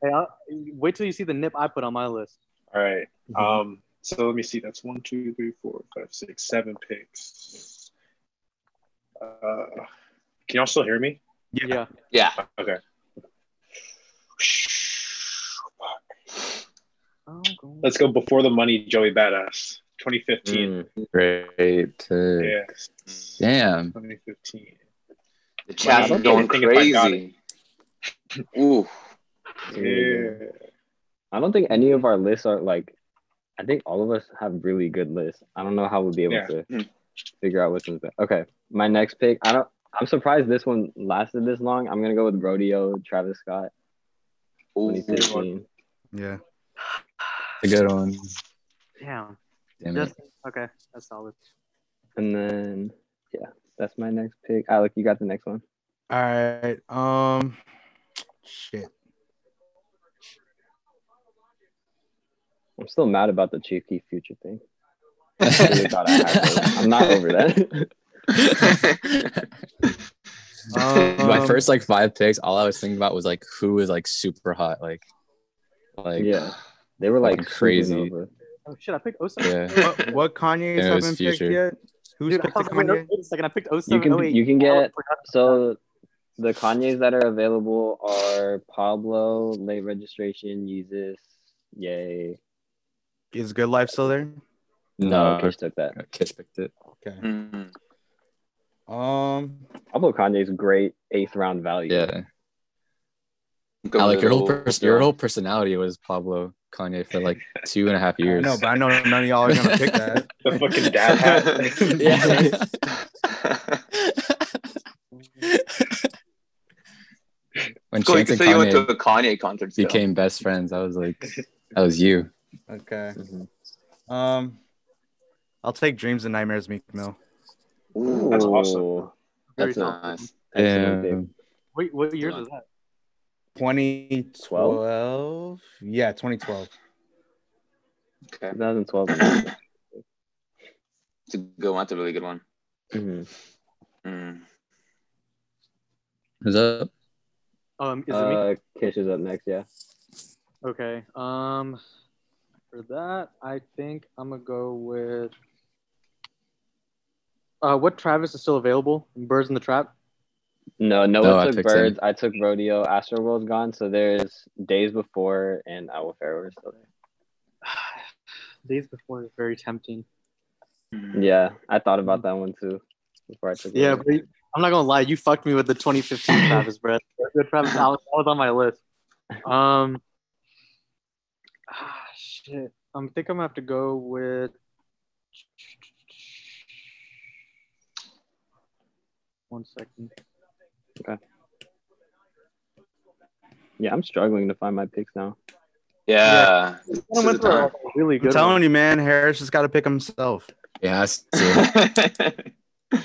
Hey, I'll, wait till you see the Nip I put on my list. All right. Um, so let me see. That's one, two, three, four, five, six, seven picks. Uh, can y'all still hear me? Yeah. Yeah. Okay. Let's go before the money, Joey Badass, 2015. Mm. Great. pick. Yeah, Damn. 2015. The I chat's don't going think if I got crazy. Ooh. Yeah. I don't think any of our lists are like. I think all of us have really good lists. I don't know how we'll be able Yeah. to figure out which one's better. Okay, my next pick. I don't. I'm surprised this one lasted this long. I'm gonna go with Rodeo Travis Scott Ooh. 2015. Yeah. A good one. Damn. Damn it. Just, okay, that's solid. And then yeah, that's my next pick. Alec, you got the next one. All right. Um. Shit. I'm still mad about the Chief Keef Future thing. I really thought I had those. I'm not over that. Um, My first like five picks, all I was thinking about was like who is like super hot, like, like yeah, yeah, they were like Fucking crazy. crazy. Over. Oh shit, I picked 07. yeah. What, what Kanye's Yeah, it was haven't picked Future. yet? Who's Dude, I picked the was like, Kanye? wait, wait a second, I picked 07. You oh, can wait. you can I get forgot. So the Kanye's that are available are Pablo, late registration, Yeezus, yay. Is Good Life still there? No, No. Kish took that. Kish picked it. Okay. Mm. Um. Pablo Kanye's great eighth round value. Yeah. Go Alec, your whole little pers- girl. your whole personality was Pablo Kanye for like two and a half years. No, but I know none of y'all are gonna pick that. The fucking dad hat. yeah. when Cool, you Chance and can say you went to Kanye a Kanye concert. Still. became best friends, I was like, that was you. Okay. Mhm. Mm-hmm. Um. I'll take Dreams and Nightmares, Meek Mill. Ooh, That's Ooh, awesome. That's Very a, nice. excellent Yeah. pick. Wait, what Uh, years was that? 2012. Yeah, 2012. Okay. 2012. It's a good one. That's a really good one. Mhm. Mm. What's up? Um, is it me? Uh, Kish is up next, yeah. Okay. Um, for that, I think I'm gonna go with. Uh, what Travis is still available? Birds in the Trap. No, Noah No, I took picked birds. I took rodeo. Astroworld's gone, so there's days before and Owl Pharaoh is still there. Days before is very tempting. Yeah, I thought about that one too before I took. Yeah, Rodeo. but I'm not gonna lie. You fucked me with the 2015 Travis, bro. The Travis, I was, I was on my list. Um, ah, shit. I am think I'm gonna have to go with. One second. yeah, I'm struggling to find my picks now. Yeah. This is the Really time. good. I'm one. telling you, man, Harris just got to pick himself. Yeah, that's true.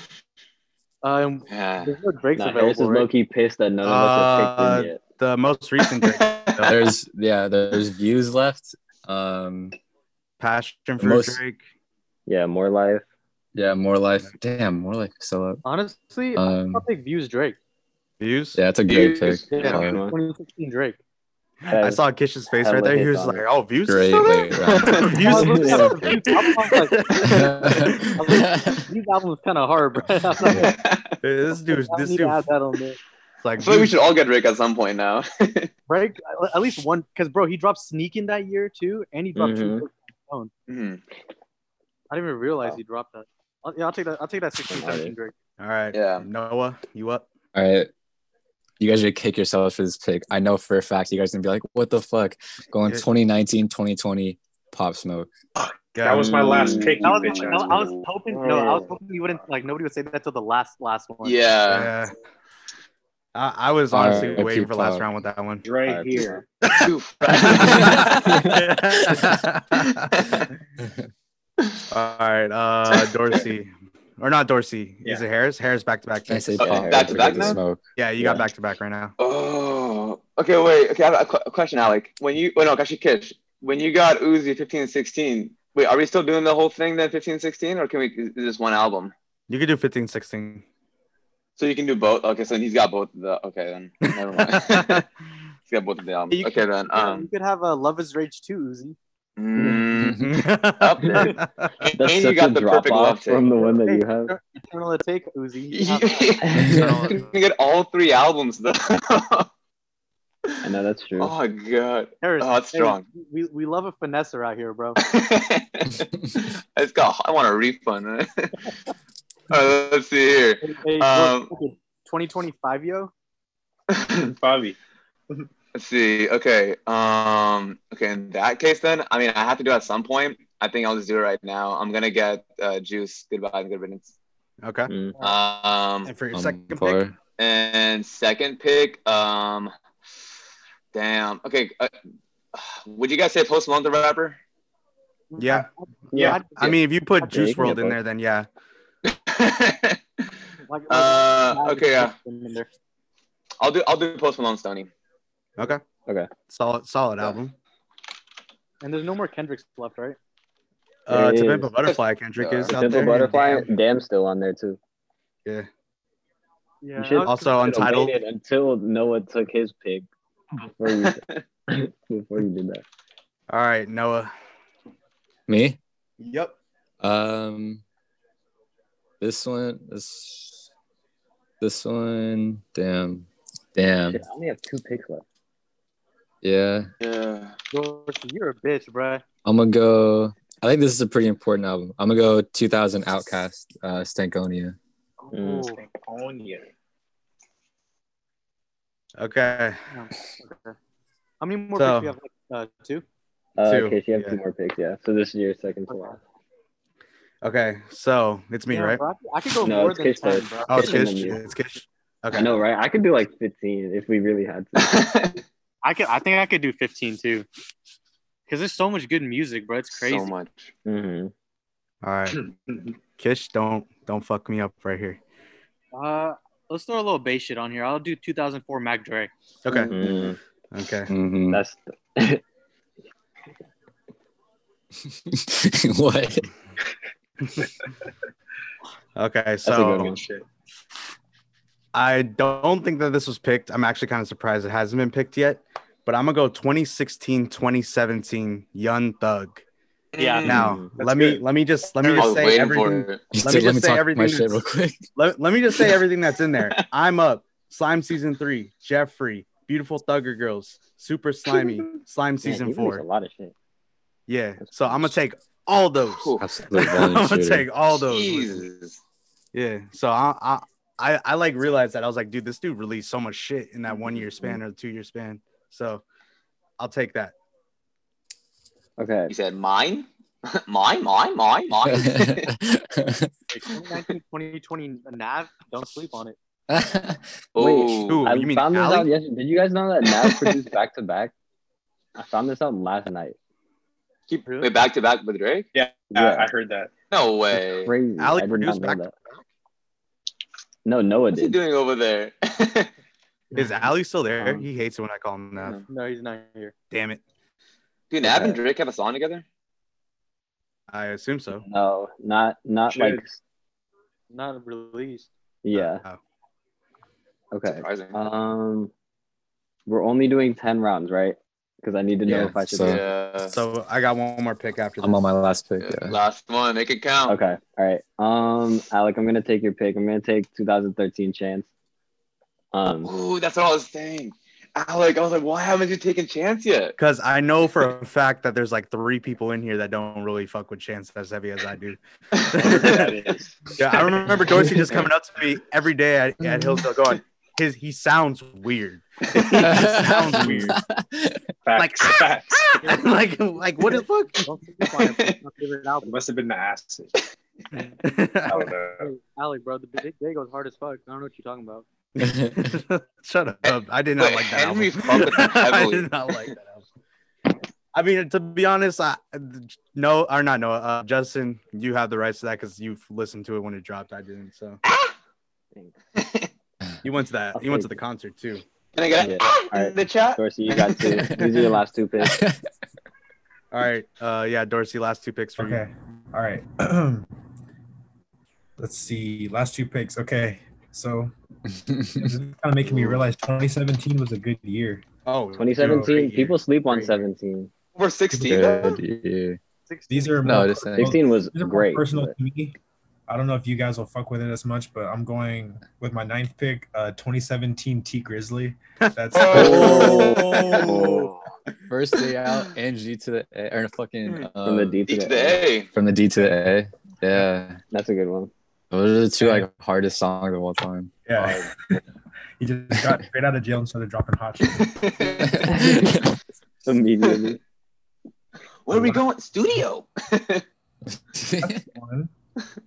Um, yeah. there's no Drake's Nah, Harris is available. right? low key pissed that none of us have Uh, picked him yet. The most recent Drake, there's yeah, there's views left. Um Passion for Most- Drake. Yeah, more life. yeah, more life. Damn, more life still up. Honestly, Um I think views Drake. Views. yeah, that's a great pick. Views, Yeah, Uh, 2016 Drake. I saw Kish's face Hella right there. He hits was on like, it. "Oh, views." Great late round. I views. was looking at Yeah. the Views album, I was like, Views album was kind of hard, bro. I was like, I this dude, I this need dude, to add that on there. like, feel like we views- should all get Drake at some point now. Drake, at- at least one, because bro, he dropped Sneaking that year too, and he dropped Mm-hmm. two. Drake. Mhm. I didn't even realize he dropped that. I'll, yeah, I'll take that. I'll take that 16, 17 Drake. all right. Yeah. Noah, you up? All right. You guys should kick yourselves for this pick. I know for a fact you guys are gonna be like, what the fuck? Going Yeah. 2019, 2020, pop smoke. That was my last pick, I was, you bitch I, ass. I was hoping no, I was hoping you wouldn't like nobody would say that till the last last one. Yeah. Yeah. I, I was All honestly right, waiting keep for last up. round with that one. Right here. Too All right, uh, Dorsey, or not Dorsey? Is it Harris? Harris back to back. Can't say Oh, pop. back but to back it's now? Smoke. Yeah, you got Yeah. back to back right now. Oh, okay. Wait. Okay, I have a qu- question, Alec. When you, oh no, actually, Kish. When you got Uzi 15 and 16, Wait, are we still doing the whole thing then, 15, 16, or can we? Is this one album? You could do 15, 16. So you can do both. Okay, so he's got both of the. Okay, then never mind. he's got both of the albums. You okay, could- then. Yeah, you Um, could have a Love Is Rage too, Uzi. mm, Mm-hmm. Up there. That's such and you got a the drop perfect love off take. from the one that you have. Eternal Take, Uzi. You You, can have- I you can get all three albums though. oh know that's true. Oh, my god, Harris, Oh, that's Harris, strong. We, we love a finesser out here, bro. it's got. I want a refund. Right? all right, let's see here. Hey, hey, Um, look, 2025, yo. Bobby. Let's see. Okay. Um. Okay. In that case, then I mean, I have to do it at some point. I think I'll just do it right now. I'm gonna get uh, juice. Goodbye and good riddance. okay. Mm. Um. And for your Um, second pick, for- And second pick. Um. Damn. Okay. Uh, would you guys say Post Malone the rapper? yeah, Yeah. I mean, if you put Okay, you Juice can get World in both. there, then yeah. Like, like, uh. Okay. Yeah. in there. I'll do. I'll do Post Malone Stony. Okay. Okay. Solid, solid Yeah. album. And there's no more Kendricks left, right? Uh, It is. to Pimp a Butterfly, Kendrick Yeah. is The out Pimple there. and Butterfly, Damn. damn. still on there too. Yeah. Yeah. should I was- Also Should've untitled. waited until Noah took his pig before you before you did that. All right, Noah. me? Yep. Um, this one, this, this one. Damn, damn. Shit, I only have two picks left. Yeah, Yeah. George, you're a bitch, bro. I'm gonna go. I think this is a pretty important album. I'm gonna go 2000 Outcast, uh, Stankonia. Mm. Ooh. Stankonia. Okay. Oh, Okay. How many more So- picks do you have? Like, uh, two. Uh, Two, Okay, so you have yeah. two more picks, yeah. So this is your second to last. Okay. So it's me, Damn, right? bro, I, could, I could go No, more it's than Kish ten, first. bro. Oh, it's Kish and Kish. then you. It's Kish. I Okay. know, right? I could do like 15 if we really had to. I could. I think I could do fifteen too. Cause there's so much good music, bro. It's crazy. so much. Mm-hmm. All right. Kish, don't don't fuck me up right here. Uh, let's throw a little bass shit on here. I'll do 2004 Mac Dre. Okay. Okay. Mhm. mm-hmm. That's what? Okay. a good So one. Good shit. I don't think that this was picked. I'm actually kind of surprised it hasn't been picked yet. But I'm gonna go 2016, 2017, Young Thug. Yeah. Now That's let me good. let me just let me Mm, I just was say waiting everything. for it. Let me me, let just me say talk everything my shit that's- real quick. Let, let me just say everything that's in there. I'm up. Slime season three. Jeffrey. Beautiful Thugger Girls. Super slimy. Slime Man, season he released a four. lot of shit. Yeah. So I'm gonna take all those. Whew. Absolute I'm volume gonna shooter. take all those. Jesus. Yeah. So I, I I I like realized that I was like, dude, this dude released so much shit in that one year Mm-hmm. span or two year span. So I'll take that. Okay. You said mine? mine, mine, mine, mine. Wait, 2019, 2020 Nav. Don't sleep on it. Ooh, oh, I you mean found this Ally? out yesterday. Did you guys know that Nav produced back to back? I found this out last night. keep Really? wait, back to back with Drake? Uh, Yeah, I Yeah, heard that. No way. What's crazy. Ally I did not produced know back that. No, Noah he did. doing over there? Is Ali still there? Uh-huh. Um, he hates it when I call him that. no. No, he's not here. Damn it. Do Nav and Drake have a song together? I assume so. No, not not Should. like Not released. yeah. Oh. Okay. Surprising. Um, we're only doing ten rounds, right? Because I need to know Yeah, if I should. so- yeah. So I got one more pick after this. I'm on my last pick. Yeah, Yeah. Last one, make it count. Okay. All right. Um, Alec, I'm gonna take your pick. I'm gonna take 2013 chance. Um, Ooh, that's what I was saying. Alec, I was like, why haven't you taken chance yet? because I know for a fact that there's like three people in here that don't really fuck with chance as heavy as I do. Yeah, I remember Dorsey just coming up to me every day at, at Hillsdale going, his he sounds weird. sounds weird. Facts. Like- Facts. like like what the Don't sleep on it. bro. It's my favorite It album. must have been the acid. I fuck? don't know. Hey, Alec, bro, the big day goes hard as fuck. I don't know what you're talking about. Shut up. I did not But like that Henry fucked album. with them I heavily. did not like that album. I mean, to be honest, I no or not no. Uh, Justin, you have the rights to that because you've listened to it when it dropped. I didn't. So Ah! you went to that. You went to the concert too. Can I get Yeah. it? All right. in the chat? Dorsey, you got two. These are your last two picks. All All right. Uh, yeah, Dorsey, last two picks for Okay. All right. Let's see. Last two picks. Okay. So this is kind of making me realize 2017 was a good year. you. Oh, 2017. Great year. people sleep on Great year. 17. We're 16. Good though? year. These are No, more- just saying. 16 was these are more great. personal but- to me. I don't know if you guys will fuck with it as much, but I'm going with my ninth pick, uh, 2017 T Grizzly. That's Oh. Oh. First day out and G to the A, or fucking um, From the D to the Each A. day. from the D to the A. Yeah, That's a good one. those are the two like hardest songs of all time. Oh, yeah. he just got straight out of jail and started dropping hot shit. Immediately. Where are we going? Studio. One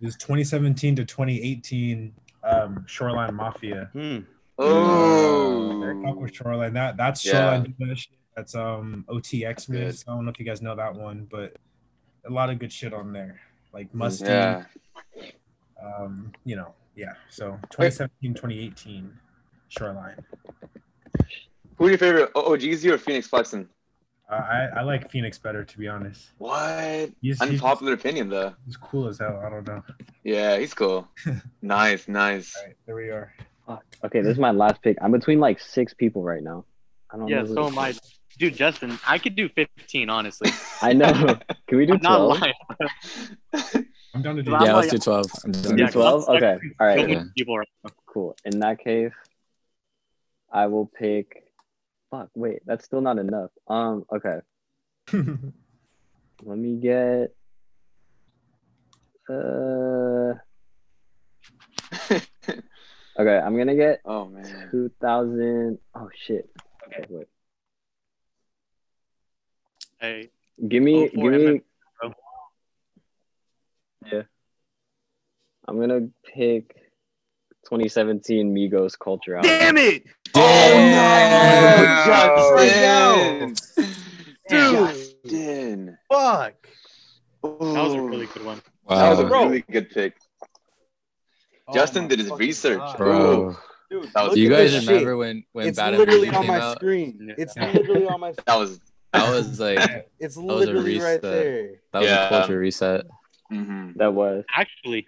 is 2017 to 2018 um, Shoreline Mafia. Hmm. Eric Oh. Hawk with Shoreline. That that's Yeah. Shoreline. doing that shit. That's um OTX Good. mix. I don't know if you guys know that one, but a lot of good shit on there. Like Musty. Yeah. Um, you know, yeah. So 2017, 2018 Shoreline. Who are your favorite O- OGZ or Phoenix Flexen? Uh, I, I like Phoenix better to be honest. What? He's, he's, Unpopular opinion though. he's cool as hell. I don't know. Yeah, he's cool. nice, nice. All right, there we are. Fuck. Okay, this is my last pick. I'm between like six people right now. I don't Yeah, know. who- so my dude Justin, I could do 15 honestly. I know. Can we do I'm not 12? lying. I'm down to do I'm yeah, like- that. let's do twelve. I'm done. Do Yeah, 12? I'm- Okay. All So right. many Yeah. people are- Cool. In that case, I will pick. Fuck. Wait, that's still not enough. Um. Okay. Let me get. Uh. okay, I'm gonna get Oh man. 2000. Oh shit. Okay, wait. Hey, Give me, give 04 me. bro. Yeah. I'm gonna pick 2017 Migos Culture Album. Damn it, Oh, Damn. no, Damn. Justin. Justin. fuck. that was a really good one. That was a Wow, Bro. really good pick. Oh Justin my did his fucking research. God. bro. That was Do you good. guys That shit. remember when when it's Bad literally Ambition on came my out? screen. It's Yeah. literally on my. was. I was like, that It's was a literally right reset. there. was Yeah. a culture reset. mhm. That was. Actually,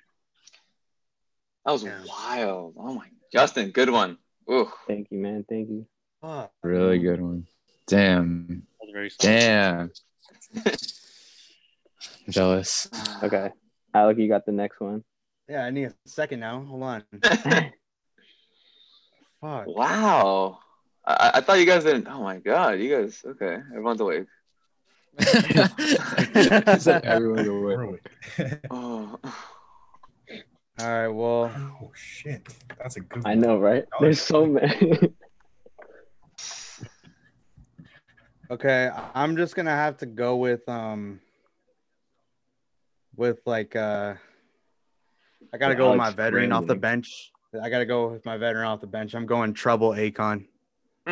That was wild. Oh my. Justin, good one. Ooh. Thank you, man. Thank you. Fuck. Really Mm. good one. Damn, that was very solid. damn. I'm jealous. Okay, Alec, you got the next one. Yeah, I need a second now. Hold on. Fuck. wow. I- I-, I thought you guys didn't. Oh my god, you guys. Okay, everyone's awake. It's like everyone's away. Horowitz. Oh. All right. Well, oh shit. That's a good I one. know, right? Oh, There's so many. okay. I'm just gonna have to go with um. With like uh. I gotta go with my Alex veteran off the Brandon. bench. I gotta go with my veteran off the bench. I'm going trouble Akon. Mm. Hmm.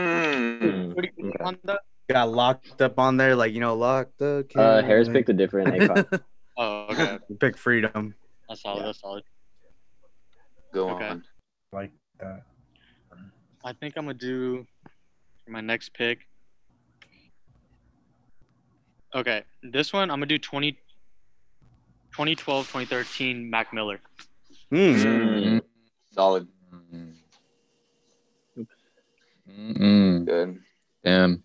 Mm. What do you think Okay. on that? Got locked up on there, like you know, locked up. Uh, Harris picked a different ACOG. Oh, okay. Pick freedom. That's solid. That's solid. Go Okay. on. like that. I think I'm gonna do for my next pick. Okay, this one I'm gonna do 20, 2012, 2013 Mac Miller. Mm. Mm. Solid. Mm. Mm-mm. Good. Damn.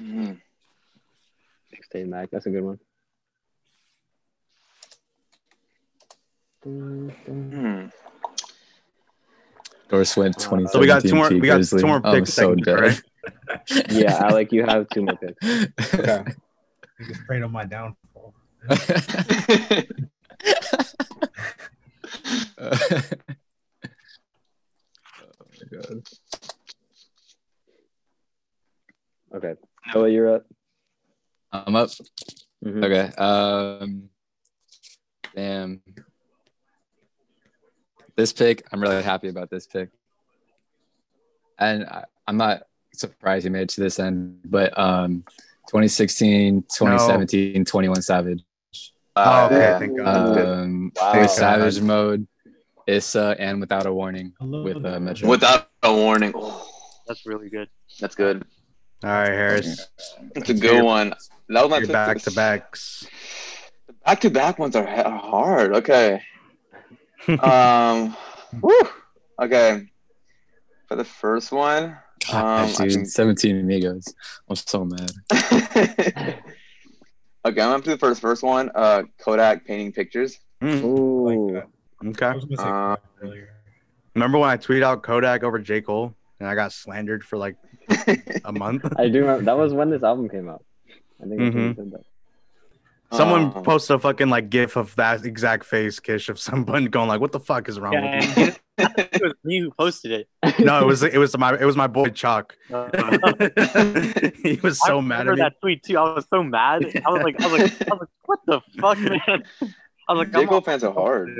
Mm. Stay Mac. That's a good one. Mm. Doris went 20. So we got two more. We got two more I'm picks. so technically, dead. Yeah, Alec, you have two more picks. You just prayed on my downfall. Okay, Noah, you're up. I'm up. Mhm. Okay. Um, damn. This pick, I'm really happy about this pick. And I, I'm not surprised he made it to this end, but um, 2016, 2017, 21 Savage. Oh, Uh, okay. yeah. Thank God. Good. Um, Wow. there's Savage Mode, Issa, and Without a Warning Hello with uh, there. Metro. Without a warning. Oh, That's really good. that's good. All right, Harris. It's a good one. That was my Your fifth- back to backs. The back to back ones are, are hard. Okay. um. Hmm. whew. Okay. For the first one, God, um, I dude, think- 17 amigos. I'm so mad. okay, I'm gonna do the first first one. Uh, Kodak painting pictures. Ooh. that. I Hmm, Okay. was gonna say Uh, earlier. Remember when I tweeted out Kodak over J. Cole and I got slandered for like a month? I do remember that was when this album came out. I think that's when you Mhm. Mm-hmm. said that. Someone Um, posted a fucking like gif of that exact face kish of someone going like, "What the fuck is wrong?" Yeah, with and it was me who posted it. you? No, it was it was my it was my boy Chalk. he was so I mad remember at me. that tweet too. I was so mad. I was like, I was like, I was like what the fuck, man? I was like, J I'm Cole all- fans are hard.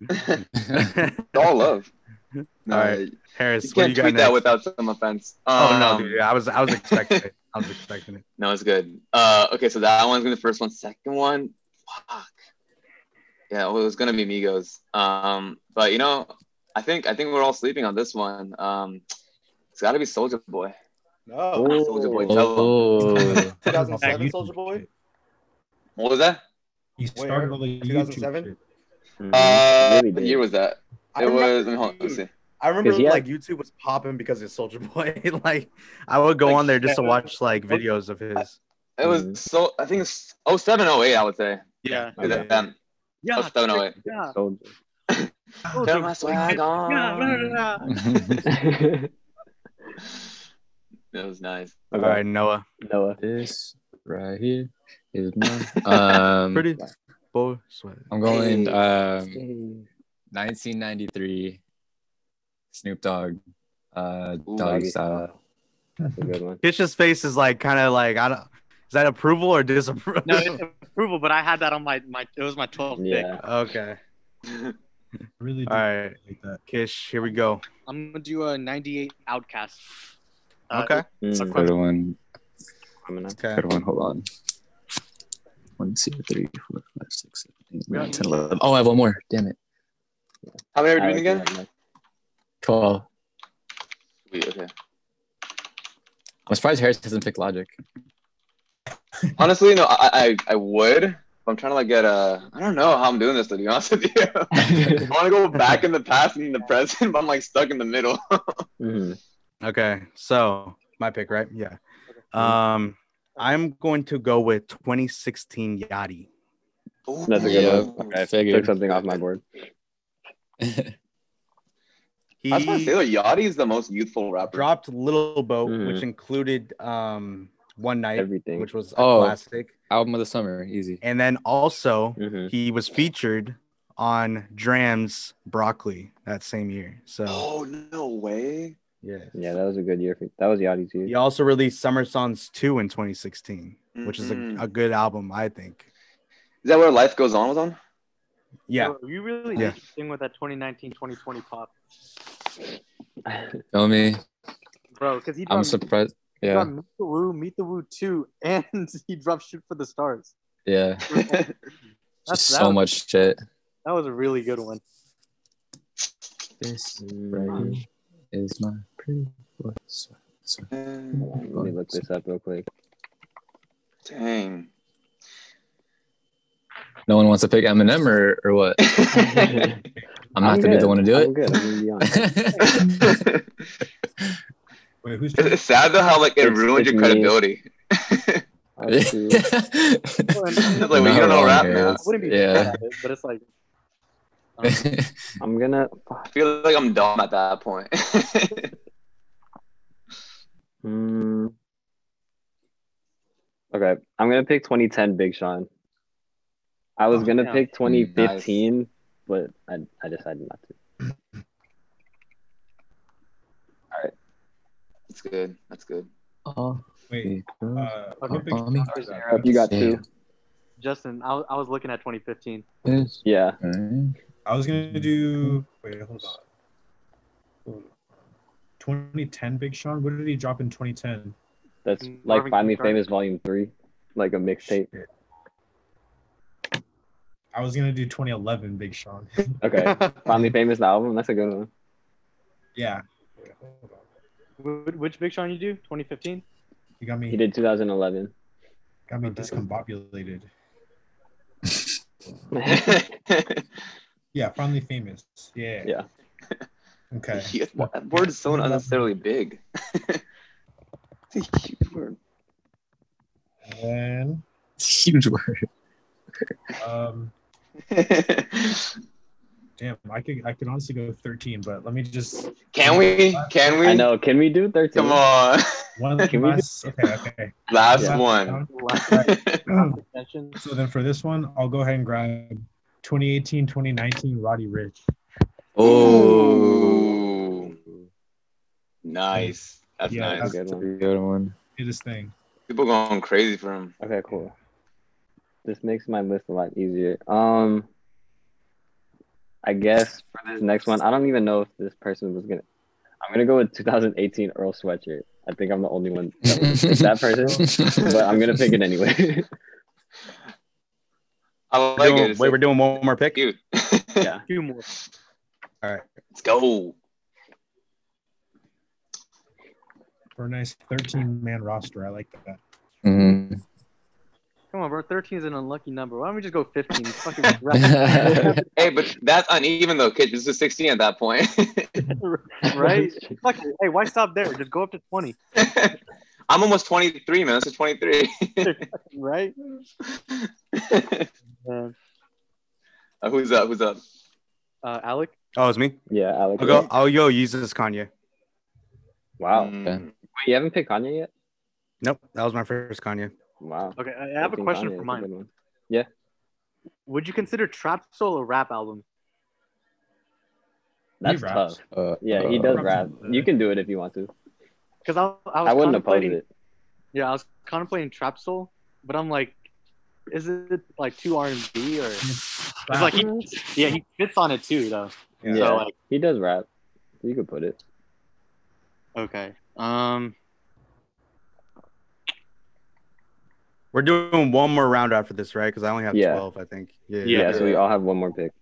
it's all love. No, All right, you Harris, what do can't you tweet got next? that without some offense. oh no, Um, dude, I was I was expecting it. I was expecting it. No, it's good. Uh, okay, so that one's gonna be the first one. Second one, fuck. Yeah, well, it was gonna be Migos. Um, but you know, I think I think we're all sleeping on this one. Um, it's gotta be Soldier Boy. Oh, No. Soulja Boy. Oh, 2007 You- Soldier Boy. What was that? You started all the YouTube 2007? shit. Mhm. Uh, really what did. year was that? I It was. Let me, remember, hold on, let me see. I remember 'Cause he had- like YouTube was popping because of Soldier Boy. like I would go Like, on there just to yeah. watch like videos of his. It Mhm. was so. I think it's 07, 08, I would say. Oh, yeah, Is Okay. that them? yeah, 07, 08. yeah. Soldier. Turn my swag on. That was nice. All Okay. right, Noah. Noah. this right here is mine. Mm, Um, Pretty boy sweat. I'm going um, 1993. Snoop Dogg, uh, Doggy Ooh, Doggy. Style. That's a good one. Kish's face is like kind of like I don't. Is that approval or disapproval? No, it's approval, but I had that on my my. It was my 12th pick. Yeah. okay. Really do All right, like that. Kish. Here we go. I'm gonna do a 98 Outcast. Uh, Okay. Mm, Good one. Gemini. Okay. Good one. Hold on. One, two, three, four, five, six, seven, eight, nine, 10, 11. Oh, I have one more. Damn it. How many are we Alright, doing again? Gemini. 12. Sweet, okay. I'm surprised Harris hasn't picked Logic. Honestly, no, I, I I would. But I'm trying to like get a. I don't know how I'm doing this to be honest with you. I want to go back in the past and in the present, but I'm like stuck in the middle. Mhm. Okay. So my pick, right? Yeah. Um, I'm going to go with 2016 Yachty. That's a good Yep, one. I Took figured. something off my board. He I was gonna say though, Yachty is the most youthful rapper. dropped Little Boat, Mhm. which included um One Night, Everything. which was a Oh. classic, Album of the summer, easy. and then also Mhm. he was featured on Dram's Broccoli that same year. So Oh no way! yeah. Yeah, that was a good year. For, that was Yachty's year. He also released Summer Songs 2 in 2016, which is Mhm. a, a good album, I think. Is that where Life Goes On was on? Yeah. Yo, You really Yeah. did your thing with that 2019 2020 pop, Feel me? bro. Because he I'm dropped, surprised. he Yeah. dropped Meet the Woo, Meet the Woo 2, and he dropped Shoot for the Stars. Yeah. That's Just that so was- much shit. That was a really good one. This Mm, right here is my pretty boy sweat. sweat. Let me look this up real quick. Dang. No one wants to pick Eminem or, or what? I'm not I'm gonna be good. the one to do I'm good. I'm gonna be honest. it. it's, Wait, who's it's sad though how like it It's- ruined it's your me. credibility. I was too- It's like, well, you don't know rap now. I wouldn't be Yeah. mad at it, but it's like um, I'm gonna. I feel like I'm dumb at that point. Mm. Okay, I'm gonna pick 2010 Big Sean. I was Oh, gonna yeah. pick 2015, but I, I decided not to. That's good. That's good. Oh, wait? he goes. Uh, Okay. Olympic Oh, me. stars You're up, You got Yeah. two. Justin. I, was- I was looking at 2015. Yes. Yeah. Alright. I was gonna do. Wait, hold on. Hold on. 2010 Big Sean. What did he drop in 2010? That's Mm, like Marvin Finally Gaye. Famous Volume 3, like a mixtape. I was gonna do 2011 Big Sean. Okay. Finally Famous, the album. That's a good one. yeah. Wait, hold on. Wh- Which Big Sean you do? 2015. You got me. He did 2011. Got me discombobulated. Yeah, finally famous. Yeah. Yeah. Okay. Yeah, that word is so unnecessarily big. it's a huge word. And Huge word. um, damn, I could I could honestly go 13, but let me just Can we? Can we? I know. Can we do 13? Come on. one Can we last. Okay, okay. Last Yeah. one. Attention. So then for this one, I'll go ahead and grab 2018, 2019 Roddy Rich. Ooh. Nice. That's Yeah, nice. That's a good one. Pretty good one. Did his thing. People going crazy for him. Okay, cool. This makes my list a lot easier. Um, I guess for this next one, I don't even know if this person was gonna. I'm gonna go with 2018 Earl Sweatshirt. I think I'm the only one that, was that person, but I'm gonna pick it anyway. I We're like doing, it. It's wait, we're doing one more pick. cute. yeah. Few more. Let's go. For a nice 13 man roster. I like that. Mhm. Come on, bro. 13 is an unlucky number. Why don't we just go 15? Fucking Hey, but that's uneven though, kid. This is 16 at that point. right? Fuck, hey, why stop there? Just go up to 20, I'm almost 23, man. This is 23. right? Uh, Uh, who's up? Who's up? uh, Alec, Oh, it's me. Yeah, Alex. I'll go. I'll go. Use this, Kanye. Wow. Wait, Mm. you haven't picked Kanye yet? Nope, that was my first Kanye. Wow. okay, I I have a think question Kanye is for a mine. good one. Would you consider Trap Soul a rap album? That's raps. tough. Uh, Yeah, he uh, does Uh, rap. You can do it if you want to. Because I, I was I wouldn't oppose contemplating, it. Yeah, I was contemplating Trap Soul, but I'm like, is it like too R and B or? It's like he, yeah, he fits on it too though. Yeah, So like, he does rap. You could put it. okay, um, We're doing one more round after this, right? Because I only have Yeah. twelve, I think. Yeah. Yeah, Yeah. so we all have one more pick.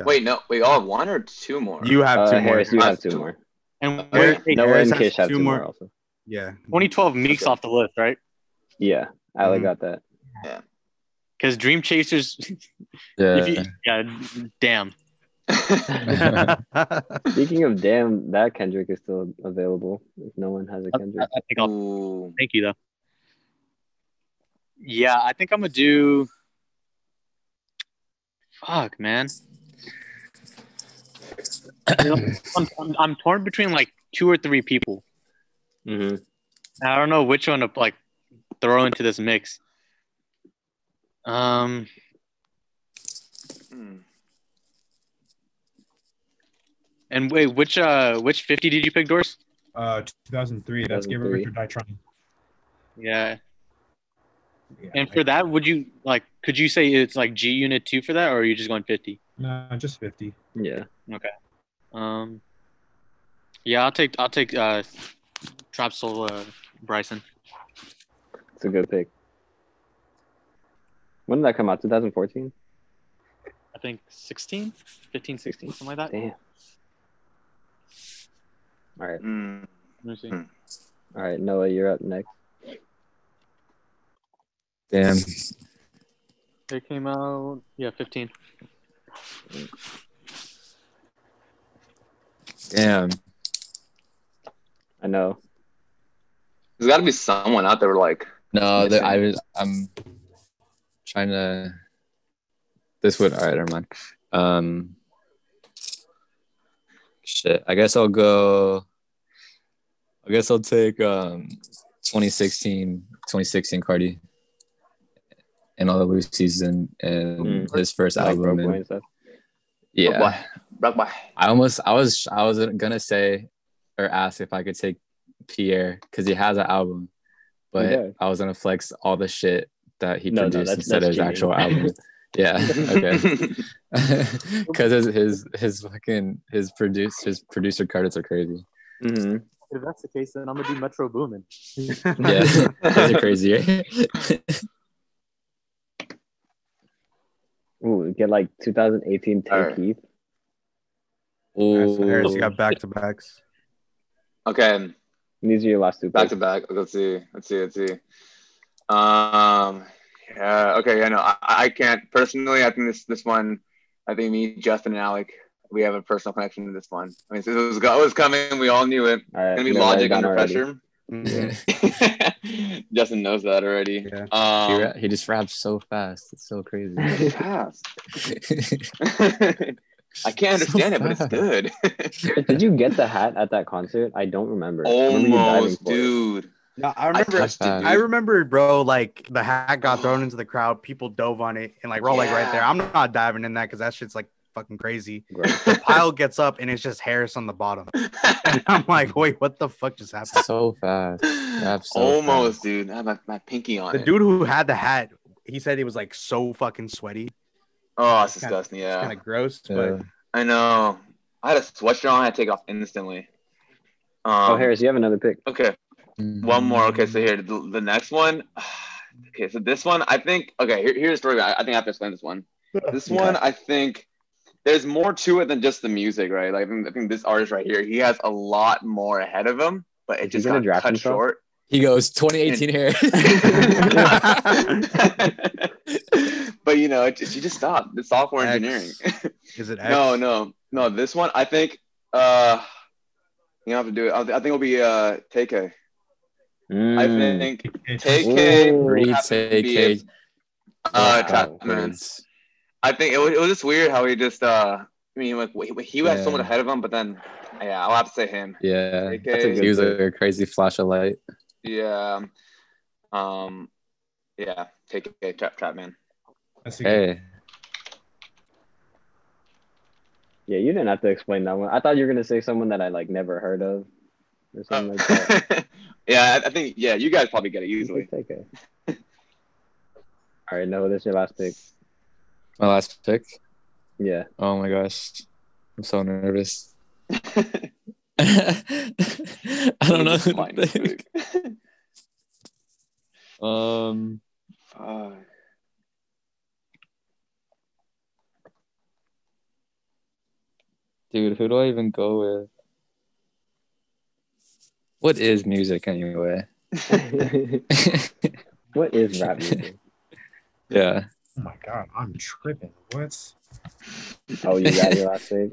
Wait, no. We all have one or two more? You have Uh, two Harris, more. you Uh, have two two- more. and Okay. wait, hey, Noah Harris and has Kish have two two more. more. also. Yeah. 2012 Meek's off the list, right? Yeah, Alec Mhm. got that. Because Dream Chasers, if you, Yeah. yeah, damn. Speaking of damn, that Kendrick is still available if no one has a Kendrick. I think I'll Ooh. Thank you, though. Yeah, I think I'm gonna do. Fuck, man. You know, I'm, I'm, I'm torn between like two or three people. Mm-hmm. I don't know which one to like throw into this mix. Um, Hmm. and wait, which uh, which fifty did you pick, Doris? Uh, 2003. That's Give It 2003. Richard Die Trying. Yeah. Yeah, And for that, would you like? Could you say it's like G Unit two for that, or are you just going fifty? No, just 50. Yeah. Um. Yeah, I'll take I'll take uh, Trap Soul uh, Bryson. It's a good pick. When did that come out? 2014? I think 16, 15, 16, something like that. Damn. All right. Hmm. Let me see. Hmm. All right, Noah, you're up next. Damn. It came out, yeah, 15. Damn. I know. There's got to be someone out there like No, the, I was. I'm trying to. This would. All right, never mind. Um. Shit. I guess I'll go. I guess I'll take um 2016 2016 Cardi and all the loose season and Mm. his first Like album. Broke and- Boy and stuff. yeah. Brock Brock Boy. I almost I was I was gonna say or ask if I could take Pierre because he has an album, but does. I was gonna flex all the shit that he No, no, produced that's- instead of his that's actual album. yeah, okay. Because his, his his fucking his produce his producer credits are crazy. Mm-hmm. If that's the case, then I'm going to do Metro Boomin. Yeah, those are crazy. right? Ooh, get like 2018 Tay All right. Keith. All right, so Harris, Ooh. you got back to backs. okay. And these are your last two Back picks. to back. Let's see. Let's see. Let's see. Um. Yeah. Okay. Yeah. No. I, I can't personally. I think this this one. I think me, Justin, and Alec, we have a personal connection to this one. I mean, it was it was coming. We all knew it. All right, Gonna be they're already logic done under already. pressure. Yeah. Justin knows that already. Yeah. he, Um, ra- he just raps so fast. It's so crazy. fast. I can't understand it, but it's good. Did you get the hat at that concert? I don't remember. I remember you diving Almost, for it. dude. No, I I remember. touched it. I remember, bro. Like the hat got thrown into the crowd. People dove on it, and like we're all like right Yeah. there. I'm not diving in that because that shit's like fucking crazy. Gross. The pile gets up, and it's just Harris on the bottom. And I'm like, wait, what the fuck just happened? so fast. Raps so Almost, fast. dude. I have my, my pinky on The it. dude who had the hat, he said he was like so fucking sweaty. oh, it's It's kinda- disgusting. It's yeah. kind of gross, Yeah. but I know. I had a sweatshirt on. I had to take it off instantly. Um, Oh, Harris, you have another pick. Okay. One more. Okay, so here, the, the next one. Okay, so this one, I think. Okay, here, here's the story. I, I think I have to explain this one. This one, I think there's more to it than just the music, right? Like, I think, I think this artist right here, he has a lot more ahead of him, but it Is he just gonna got draft cut himself? short. He goes 2018 hair. but you know, it, she just stopped. The software engineering. is it X? no, no, no. This one, I think. Uh, you don't have to do it. I, I think it'll be uh, TK. I Mm. think It's- TK. Ooh. Read happened to be a- KK. Uh, Wow. Chapman. I think it was, it was just weird how he just. Uh, I mean, like he, he had Yeah. someone ahead of him, but then, yeah, I'll have to say him. Yeah. That's a TK. good He was like a crazy flash of light. Yeah. Um. Yeah. TK. Trap. Trap. Man. that's a good- Hey, Yeah, you didn't have to explain that one. I thought you were gonna say someone that I like never heard of Uh, or something like that. yeah, I, I think. Yeah, you guys probably get it You easily. could take it. All right, no, this is your last pick. my last pick. Yeah. Oh my gosh. I'm so nervous. I You don't know. just who to find it pick. quick. Um, Fuck. dude, who do I even go with? What is music anyway? what is rap music? yeah. Oh my god, I'm tripping. What? Oh, you got your last pick.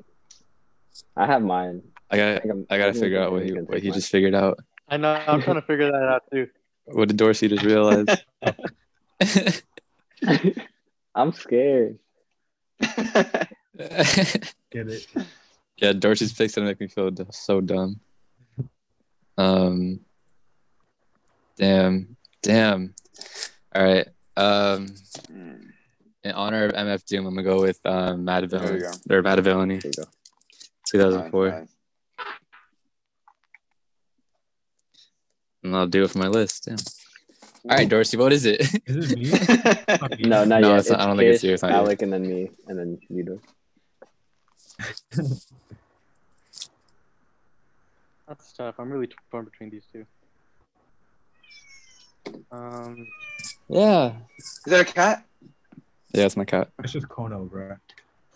I have mine. I I got think I'm- I I gotta think figure out I'm what he gonna what take he mine. just figured out. I know. I'm trying to figure that out too. What did Dorsey just realize? I'm scared. Get it? yeah, Dorsey's picks gonna make me feel d- so dumb. Um, damn, damn. All right. Um, Mm. in honor of MF Doom, I'm gonna go with um, Mad There we Villainy or Mad Villainy, There you go. 2004, Nice, and I'll do it for my list. Damn. All Mm-hmm. right, Dorsey, what is it? Is it me? nice. Fuck you. No, not No, yet. it's not- I don't think it's Kish, you, it's not you. Alec, and then me, and then you do. That's tough. I'm really torn between these two. Um, yeah. Is that a cat? Yeah, it's my cat. It's just Kono, bro.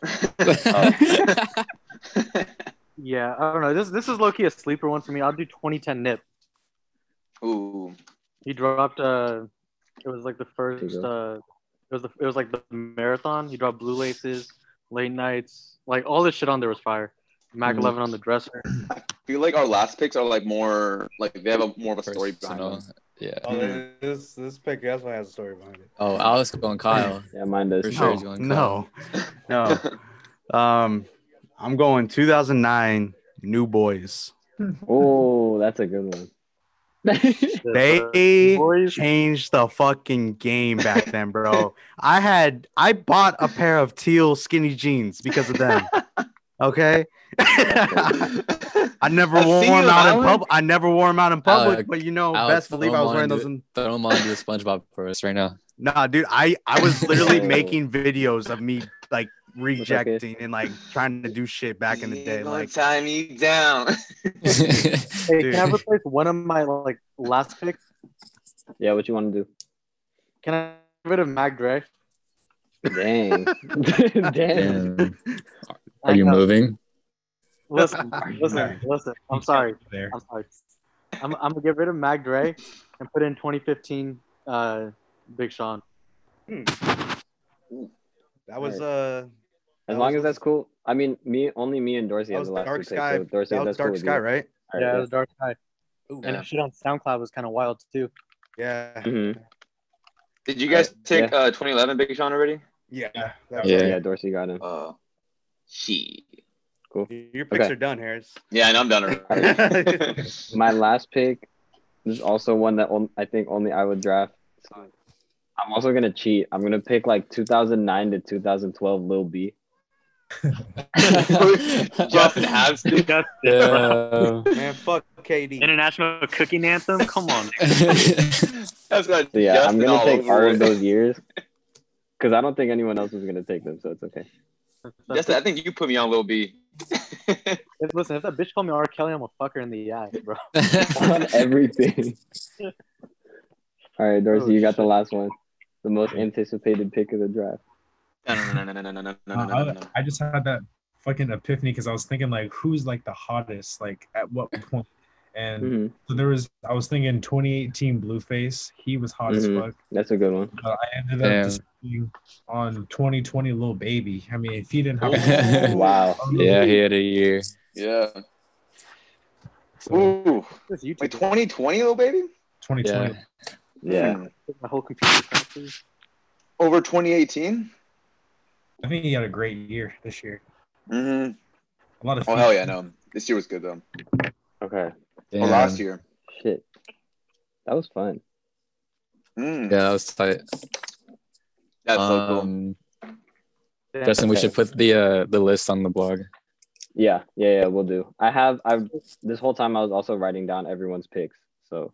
Oh, yeah, I don't know. This this is low key a sleeper one for me. I'll do 2010 Nip. Ooh. He dropped uh, it was like the first you go. uh, it was the it was like the marathon. He dropped Blue Laces, Late Nights, like all this shit on there was fire. Mac Mhm. 11 on the dresser. I feel like our last picks are like more like they have a more of a story behind Personal. them. Yeah. Oh, this this, this pick definitely has a story behind it. Oh, Alex going Kyle. Yeah, mine does. For sure. No, he's going no, no. Um, I'm going 2009 New Boys. Oh, that's a good one. They Boys. changed the fucking game back then, bro. I had I bought a pair of teal skinny jeans because of them. Okay. I never I've wore seen them you, out in Alan. public. I never wore them out in public, Alec, but you know, Alec, best believe I don't was wearing mind those it. in Throw him onto the SpongeBob for us right now. Nah, dude, I I was literally Oh. making videos of me like okay. rejecting and like trying to do shit back in the day. Like, time you down. Hey, Dude. can I replace one of my like last picks? Yeah, what you want to Can I get rid of Mac Dre? do? Dang. Damn. Damn. I Are you know. moving? Listen, Are you listen, married? listen. I'm sorry. There. I'm sorry. I'm, I'm gonna get rid of Mag Dre and put in 2015 uh, Big Sean. That was uh As That long was- as that's cool. I mean, me only me and Dorsey that have was the last Dark two Sky. picks. So Dorsey, that was that's cool Dark with Sky, you. right? All Yeah, right, it was Dark Side. And Yeah. shit on SoundCloud was kind of wild too. Yeah. Mhm. Did you guys Uh, take yeah. uh 2011 Big Sean already? Yeah. Yeah. that was- yeah. Yeah. Dorsey got him. Uh, she. Cool. Your picks Okay. are done, Harris. Yeah, I know I'm done already. My last pick is also one that on- I think only I would draft. So I'm also gonna cheat. I'm gonna pick like 2009 to 2012 Lil B. Justin Hamston. Yeah. Man, fuck KD. International Cooking Anthem. Come on. That's not So yeah, Justin I'm all gonna take over all it. of those years because I don't think anyone else was gonna take them, so it's okay. Justin, I think you put me on Lil B. If- listen, if that bitch called me R. Kelly, I'm a fucker in the eye, bro. on everything. All right, Dorsey, Oh, you got the shit. last one. The most anticipated pick of the draft. No, no, no, no, no, no, no, no, no, Uh, no, I, no. I just had that fucking epiphany because I was thinking like, who's like the hottest? Like at what point? And hmm so there was, I was thinking 2018 Blueface. He was hot Mhm. as fuck. That's a good one. But I ended Mm-hmm. Damn. up deciding on 2020 Little Baby. I mean, if he didn't have, Ooh. Wow. yeah, he had a year. Yeah. so Ooh. This Like YouTube. 2020, little baby? 2020, Yeah. Yeah. Hmm. My whole computer crashes. Over 2018? I think he had a great year this year. Mm-hmm. A lot of Oh, hell yeah, no. This year was good, though. Okay. Or Damn. last year. Shit. That was fun. Mm. Yeah, that was tight. That's so cool. um, Justin, we should put the uh, the list on the blog. Yeah. Yeah. Yeah. We'll do. I have. I've. This whole time I was also writing down everyone's picks, so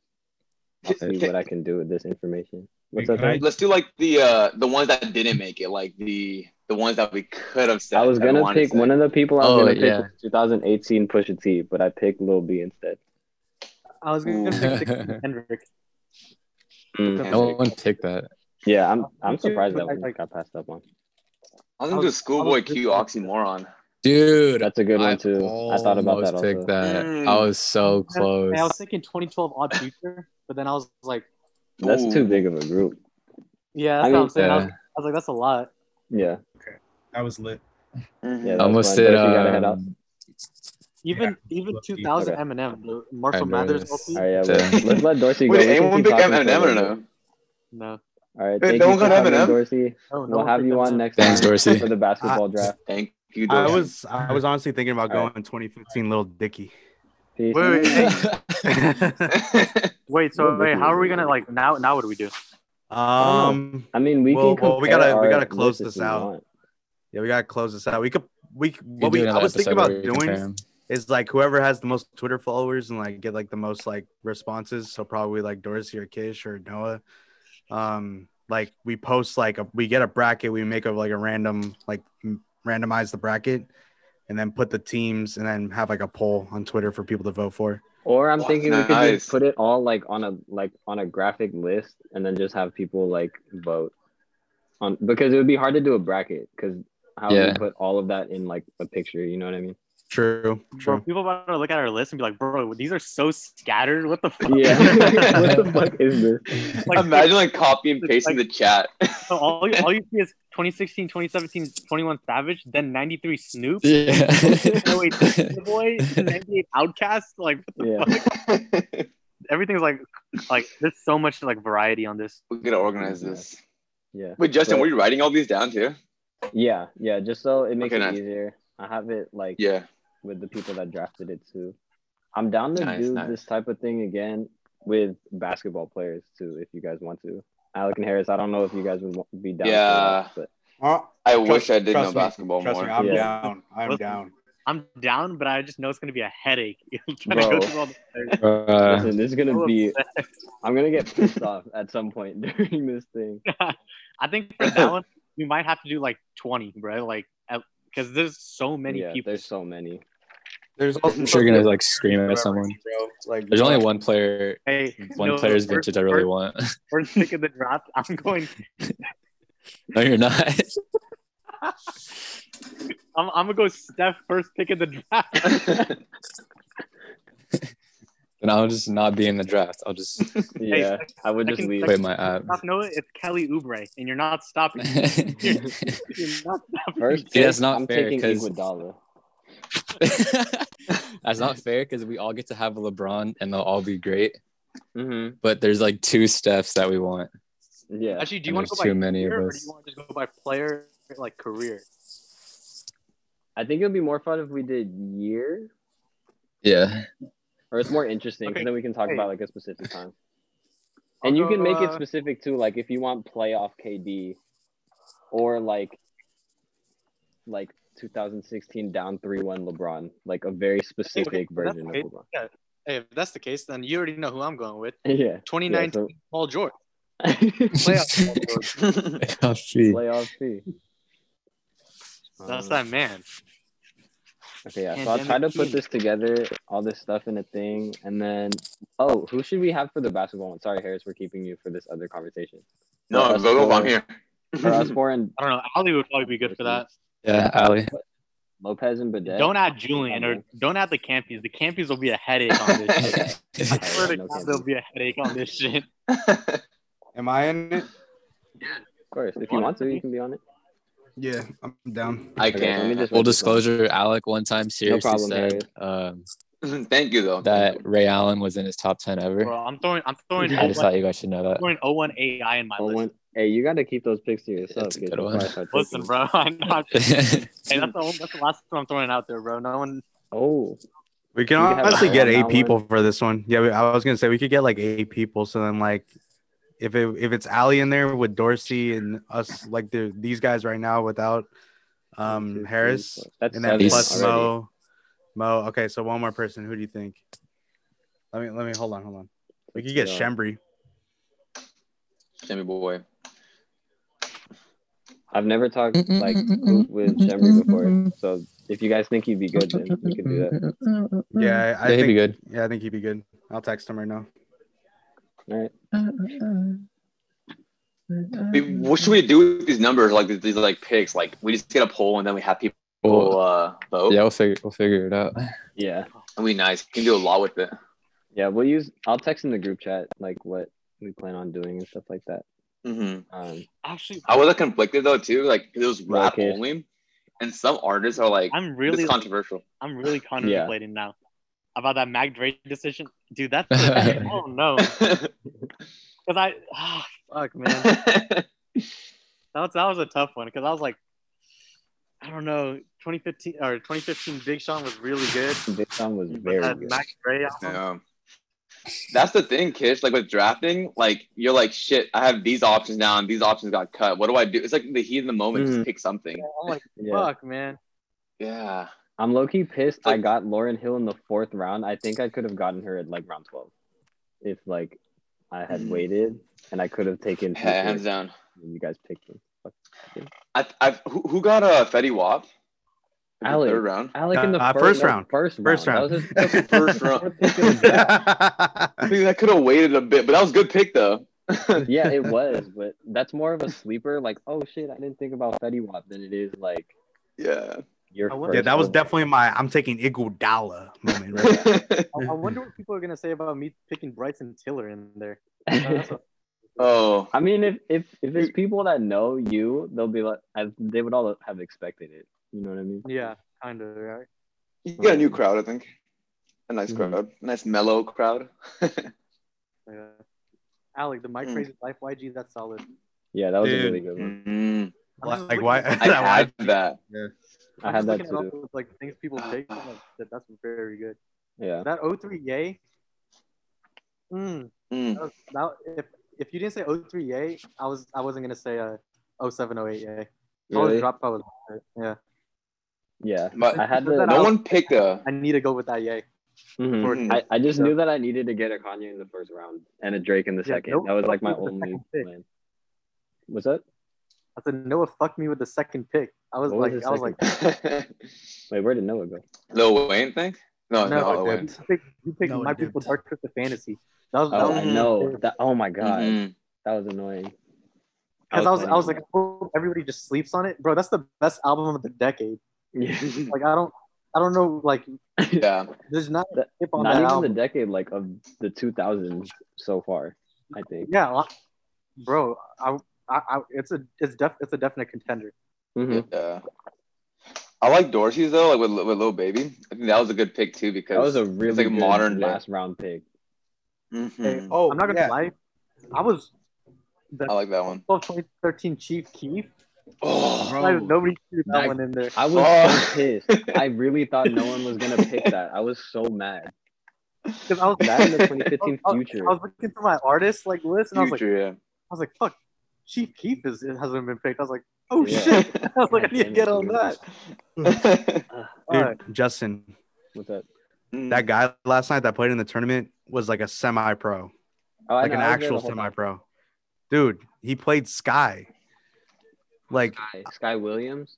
I'll see what I can do with this information. What's up? Can I- Dorsey? Let's do like the uh the ones that didn't make it, like the the ones that we could have said. I was that we gonna wanted to pick say. one of the people I was Oh, gonna pick yeah. was 2018 Pusha T, but I picked Lil B instead. I was gonna Ooh. pick Sixteen Hendrix. Mm, No one picked that. Yeah, I'm. I'm Me too, surprised but that I- one like- got passed up on. I was I gonna do was- I Schoolboy was- Q oxymoron. Dude, That's a good I one too. I thought about that almost also. picked that. Mm. I was so close. And I was thinking 2012 Odd Future, but then I was like, That's Ooh. too big of a group. yeah, I that's mean- what I'm saying. I, was, yeah, I was like, that's a lot. Yeah. That was lit. Mhm. Yeah, I that- almost fine. did. Dorsey gotta head out. Um, Even even 2000 Eminem, the Marshall Alright, bro, Mathers yes. LP. All right, yeah, It's, well, uh, let's let Dorsey go. Wait, We did can anyone keep pick talking for a Eminem or little no? No, bit. All right, Wait, thank no you one for got coming, Eminem? Dorsey. oh, we'll no one have picked you on Eminem. next Thanks, time Dorsey. for the basketball draft. Thank you, I Dorsey. was I was honestly thinking about All going right. 2015 Little Dicky. Peace. Wait, wait, um, Wait, so Little wait, Dicky how was are we in gonna there. like now? Now what do we do? Um, I mean, we Well, can. well, we compare gotta- we our gotta close lists if this we out. want. yeah, we gotta close this out. We could we we what do we I another was thinking episode where about we compare doing 'em. is like whoever has the most Twitter followers and like get like the most like responses. So probably like Dorsey or Kish or Noah. Um, like we post like a, we get a bracket, we make up like a random like m- randomize the bracket, and then put the teams and then have like a poll on Twitter for people to vote for. Or I'm Oh, thinking we could nice. just put it all like on a like on a graphic list, and then just have people like vote on because it would be hard to do a bracket because how do you Yeah. put all of that in like a picture? You know what I mean? True, Bro, true. people about to look at our list and be like, bro, these are so scattered. What the fuck? Yeah. what the fuck is this? Like, Imagine like copy and Like- pasting the chat. So all, you- all you see is 2016, 2017, 21 Savage, then 93 Snoop, Yeah. 08 Boy, 98 Outcast. Like Yeah. everything's like, like there's so much like variety on this. we gotta organize this. Yeah. Wait, Justin, But- were you writing all these down too? Yeah. Yeah. Just so it makes Okay, it nice. easier. I have it like Yeah. with the people that drafted it too. I'm down to Nice, do nice. this type of thing again with basketball players too, if you guys want to. Alec and Harris, I don't know if you guys would wa- be down. for Yeah. that, but I wish I did know basketball uh, trust more. Me, I'm Yeah. down. I'm down. I'm down, but I just know it's gonna be a headache. I'm trying Bro. to go through all the players. Uh, listen, this is gonna I'm be. upset. I'm gonna get pissed off at some point during this thing. I think for that one, we might have to do like 20, bro. Like, because there's so many yeah, people. there's so many. There's also I'm sure you're gonna like scream at someone. bro. Like There's only one player, Hey, one no, player's first- vintage I really first- want. First pick of the draft. I'm going. no, you're not. I'm, I'm gonna go Steph first pick of the draft. Then I'll just not be in the draft. I'll just Yeah, I would just second- leave. quit my app. Stop, Noah. It's Kelly Oubre, and you're not stopping. You're not stopping. First, See, that's pick, not I'm fair, taking 'cause- Iguodala. That's not fair because we all get to have a LeBron and they'll all be great. Mm-hmm. But there's like two steps that we want. Yeah, Actually, do you And want to there's go by too many of year, or do us. you want to just go by player, like career? I think it would be more fun if we did year, Yeah. or it's more interesting because Okay, then we can talk hey. about like a specific time. I'll and you go, can make it uh, specific too, like if you want playoff KD, or like, like 2016 down three one LeBron, like a very specific that's version of okay. LeBron. Hey, if that's the case, then you already know who I'm going with. Yeah, 2019 so- Paul George. Playoff Paul Playoff. George. Oh, playoff C. That's Um, that man. Okay, yeah. So I'll Pandemic try to put team. this together, all this stuff in a thing, and then oh, who should we have for the basketball one? Sorry, Harris, we're keeping you for this other conversation. no, go go! I'm here. For us four and I don't know. Ali would probably be good for that. yeah, Ali. Lopez and Bidet. Don't add Julian or don't add the Campies. The Campies will be a headache on this shit. I swear to No God, Campies. there'll be a headache on this shit. Am I in it? Of course, if you want to, you can be on it. Yeah, I'm down. I Okay, so let me can. just Full write this down. disclosure, Alec one time seriously problem, said um, Thank you though. that Ray Allen was in his top 10 ever. Bro, I'm throwing I'm throwing I just 01 thought you guys should know that. I'm throwing 01 AI in my Oh, list. one- Hey, you got to keep those picks to yourself. That's a kid, good before one. I start Listen, taking- bro. I'm not, hey, that's the one, that's the last one I'm throwing out there, bro. No one Oh, We can We can have honestly a get round eight on people for this one. Yeah, we- I was gonna say we could get like eight people. So then like, if it, if it's Ali in there with Dorsey and us like the these guys right now without One, two, um three, Harris four. That's and then seven plus already. Mo, Mo. Okay, so one more person. Who do you think? Let me let me hold on, hold on. We could get Yeah. Shembri. Jimmy boy. I've never talked like hoop with Shemri before, so if you guys think he'd be good, then we can do that. Yeah, I, Yeah, I he'd think. be good. Yeah, I think he'd be good. I'll text him right now. All right. We- What should we do with these numbers? Like these, these like picks? Like we just get a poll and then we have people Well, uh, vote. yeah, we'll figure, we'll figure it out. Yeah. That'd be nice. You can do a lot with it. Yeah, we'll use. I'll text in the group chat like what we plan on doing and stuff like that. hmm Um, actually I was like, conflicted though too. Like 'cause it was rap Okay. only, and some artists are like I'm this really controversial. I'm really contemplating now about that Mag Drake decision. Dude, that's I don't know. Cause I ah, fuck man. That was, that was a tough one because I was like, I don't know, 2015 or 2015 Big Sean was really good. this song was But very that good. Max Gray album, Yeah. That's the thing, Kish. Like with drafting, like you're like, shit, I have these options now and these options got cut. What do I do? It's like the heat of the moment, Mhm. just pick something. I'm like, Yeah, fuck, man. Yeah. I'm low key pissed. I got Lauren Hill in the fourth round. I think I could have gotten her at like round twelve, if like I had Mm. Mhm. waited and I could have taken. Ha- Peter hands down. when you guys picked him. Fuck. I, I, who, who got uh, Fetty Wap? In the Alec. Third round. Alec in the Uh, first, first no, round. First round. First round. That was his fucking First round. fourth pick in the draft. I think that could have waited a bit, but that was a good pick though. yeah, it was, but that's more of a sleeper. Like, oh shit, I didn't think about Fetty Wap than it is like Yeah. your. I First wonder- yeah, that was overall. definitely my. I'm taking Iguodala moment. Right there. oh, I, I wonder what people are gonna say about me picking Bryson Tiller in there. That's a- Oh, I mean, if if if it's people that know you, they'll be like, I, they would all have expected it. You know what I mean? yeah, kind of right. you got a new crowd, I think. A nice Mhm. crowd, nice mellow crowd. Yeah. Alec, the Hmm. Mike Mm. Crazy Life YG, that's solid. Yeah, that was Dude. a really good one. Mhm. I'm like just why? looking- I that why- had that. I had I'm that just looking at too. all those, like things people take. I'm like, that, that's very good. Yeah. That 03 Yay. Mm, Mm. that was, that, if if you didn't say 03 Yay, I was I wasn't gonna say uh 07 08 Yay. I was Really? dropped by with yeah. Yeah. But I had Was to. that no out? one picked a. I need to go with that Yay. Mhm. Mhm. I, I just knew that I needed to get a Kanye in the first round and a Drake in the Yeah, second. nope, that was like fuck my with the only second pick. plan. Was that? I said Noah fucked me with the second pick. I was What was like his I was like second Wait, where did Noah go? Lil Wayne thing? Oh, No, no, No, Lil you Wayne. picked, you picked No, it my didn't. people Dark Twisted Fantasy. That was, that Oh, was I Mhm. know. That, oh my god, Mhm. that was annoying. because I was, planning I was on like, oh, everybody just sleeps on it, bro. That's the best album of the decade. that. Like, I don't, I don't know. Like, yeah. there's not a That- hip on Not that even album. the decade like of the 2000s so far. I think. Yeah, well, bro, I, I, I, it's a, it's def, it's a definite contender. Mhm. Yeah. uh, I like Dorsey's though, like with Lil- with Lil Baby. I think that was a good pick too because That was a really it's like good modern day. last round pick. Mhm. Oh, I'm not gonna lie, I was the I like that one. 12 2013 Chief Keef. Oh, Like, nobody threw that Nice. one in there. I was Oh. so pissed. I really thought no one was gonna pick that. I was so mad. 'Cause I was, That in the I 2015 was- I was- future. I was looking through my artist like list, and I was like, I future, was like, fuck, Chief Keef is it hasn't been picked. I was like, oh Yeah. shit. I was like, I need to damn get it, on dude. that. Hmm. yeah. dude, Alright. Justin, What's that? Mm. that guy last night that played in the tournament was like a semi-pro, Oh, I like know, an I was there the actual whole time. semi-pro. Dude, he played Sky. Like, Sky, Sky Williams.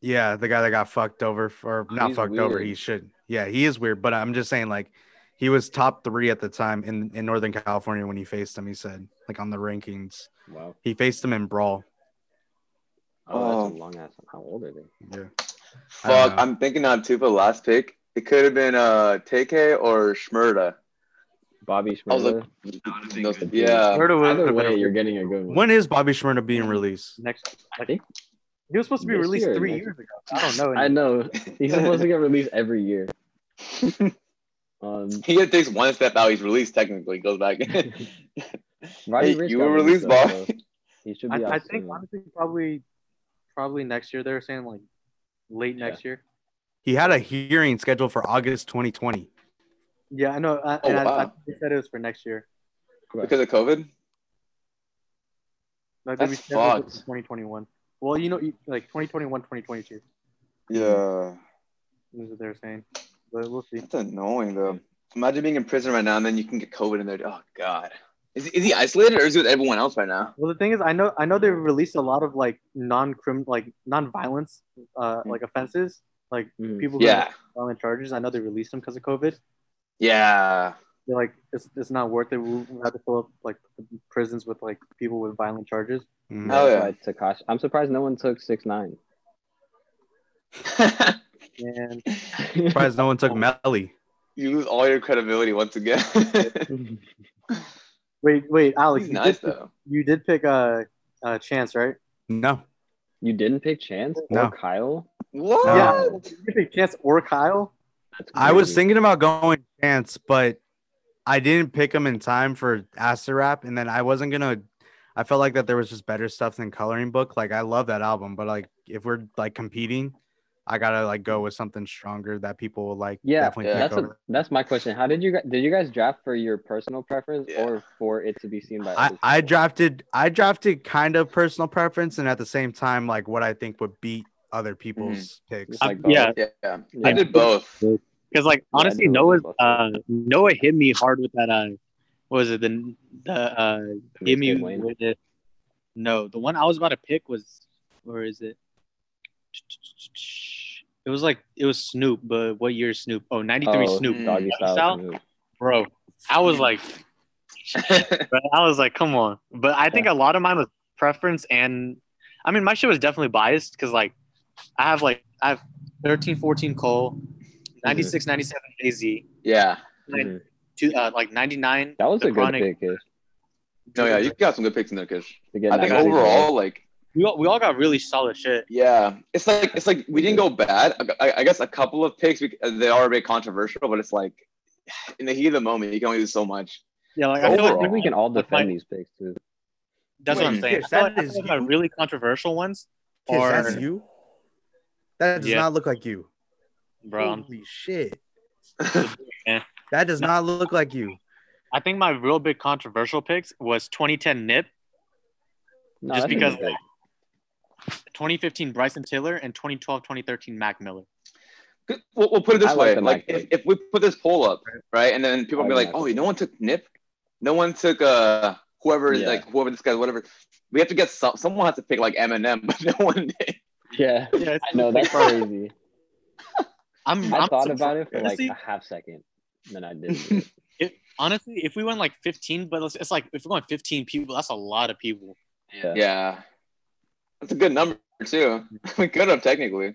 yeah, the guy that got fucked over for not He's fucked over. weird. He should. Yeah, he is weird, but I'm just saying, like, he was top three at the time in in Northern California when he faced him. He said, like, on the rankings, Wow. he faced him in brawl. Oh, that's Oh. a long ass. How old are they? Yeah. I Fuck, uh, don't know. I'm thinking on two for the last pick. It could have been uh Teke or Shmurda. Bobby I was like, Shmurda. those- yeah. Murder was uh, Either a better way, you're getting a good one. When is Bobby Schmurda being released? next. I think He was supposed to be this released year, three next- years ago. I don't know. I know he's supposed to get released every year. Um, He takes one step out. He's released technically. Goes back. Roddy Hey, Ricch you got were released, though, Bob. so He should be I, out I think soon. honestly probably probably next year. They were saying like late next year. He had a hearing scheduled for August 2020. Yeah, I know. I, Oh, and I, I wow. think they said it was for next year. because of COVID. Like, That's we said it was fucked. for 2021. Well, you know, you- like 2021, 2022 Hmm. Yeah, is what they were saying. But we'll see. that's annoying though. Imagine being in prison right now and then you can get COVID and they're oh god. Is, is he isolated or is he with everyone else right now? Well, the thing is, I know, I know they released a lot of like non-crim, like non-violence, uh, like offenses, like Mm. people who Yeah, have violent charges. I know they released them because of COVID. yeah. They're like, it's, it's not worth it. We we had to fill up like prisons with like people with violent charges. Uh, Mhm. Oh, yeah. That's why Tekashi- I'm surprised no one took six nine. And Surprised no one took Melly. you lose all your credibility once again. wait, wait, Alex, He's you, nice did pick, though. you did pick uh, uh, Chance, right? No, you didn't pick Chance No. or Kyle. What? Yeah. You pick Chance or Kyle? That's I was crazy. thinking about going chance, but I didn't pick him in time for acid rap, and then I wasn't gonna. I felt like that there was just better stuff than Coloring Book. Like I love that album, but like if we're like competing, I gotta like go with something stronger that people will like. Yeah, definitely yeah. pick That's a, over. that's my question. How did you guys did you guys draft for your personal preference Yeah. or for it to be seen by? I, others? I drafted I drafted kind of personal preference and at the same time like what I think would beat other people's picks. Just like I- both. Uh, yeah. Yeah, yeah. Yeah. I did both. Because like Yeah, I honestly, know Noah's about uh, Noah hit me hard with that. Uh, what was it the the uh, give me Mixtape Lane. with it? No, the one I was about to pick was where is it? It was like it was Snoop, but what year is Snoop? Oh, 93 Oh, Snoop, Doggy Doggy style. Style? bro. I was like, bro, I was like, come on. But I think a lot of mine was preference, and I mean, my shit was definitely biased because like I have like I have 13, 14 Cole, 96, 97 Jay Z. yeah. Like, Mhm. two, uh, like 99. That was the a good Chronic. pick, Kish. No, yeah. You got some good picks in there, Kish. To get I think 96. overall, like, We all, we all got really solid shit. yeah, it's like it's like we didn't go bad. I, I guess a couple of picks we, they are a bit controversial, but it's like in the heat of the moment, you can only do so much. Yeah, like I feel I like Overall. think we can all Like, defend my- these picks too. that's what I'm Wait, saying. yes, I feel that like, I is feel like our you? really controversial ones, Kiss, or that's you. That does Yeah. not look like you. bro. I'm- Holy shit. Yeah. That does not look like you. I think my real big controversial picks was 2010 Nip, No, Just that's a because- good pick. 2015 Bryson Taylor, and 2012 2013 Mac Miller. Good- We'll, we'll put it this I like way: the like, Mac if, if we put this poll up, right, and then people I will be like, like "Oh, it. no one took Nip, no one took uh whoever, Yeah. like whoever this guy, whatever." We have to get some. Someone has to pick like Eminem, but no one did. yeah, Yeah, I know that's crazy. I'm, I I'm thought surprised. about it for like Honestly- a half second, then I didn't. If, honestly, if we went like 15, but it's, it's like if we went 15 people, that's a lot of people. Yeah. Yeah, that's a good number too. we could have technically.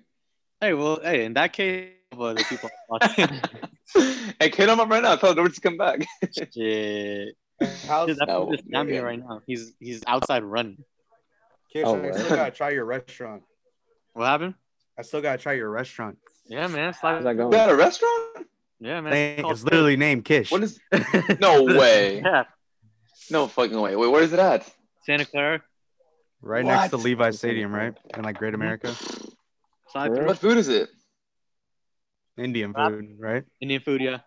Hey, well, hey, in that case, for the people watching. hey, kid, I'm up right now. I thought Dorsey come back. Shit. How's Dude, that No, fool just at me nigga. right now. He's he's outside running. Kish, Oh, I word. still gotta try your restaurant. What happened? I still gotta try your restaurant. Yeah, man. Slide. How's that You going? got a restaurant? Yeah, man. Dang, called- It's literally named Kish. What is? No way. Yeah, No fucking way. Wait, where is it at? Santa Clara. right next to What? Levi Stadium, right? In like Great America. Slide For through. real? What food is it? Indian food, right? Indian food, yeah.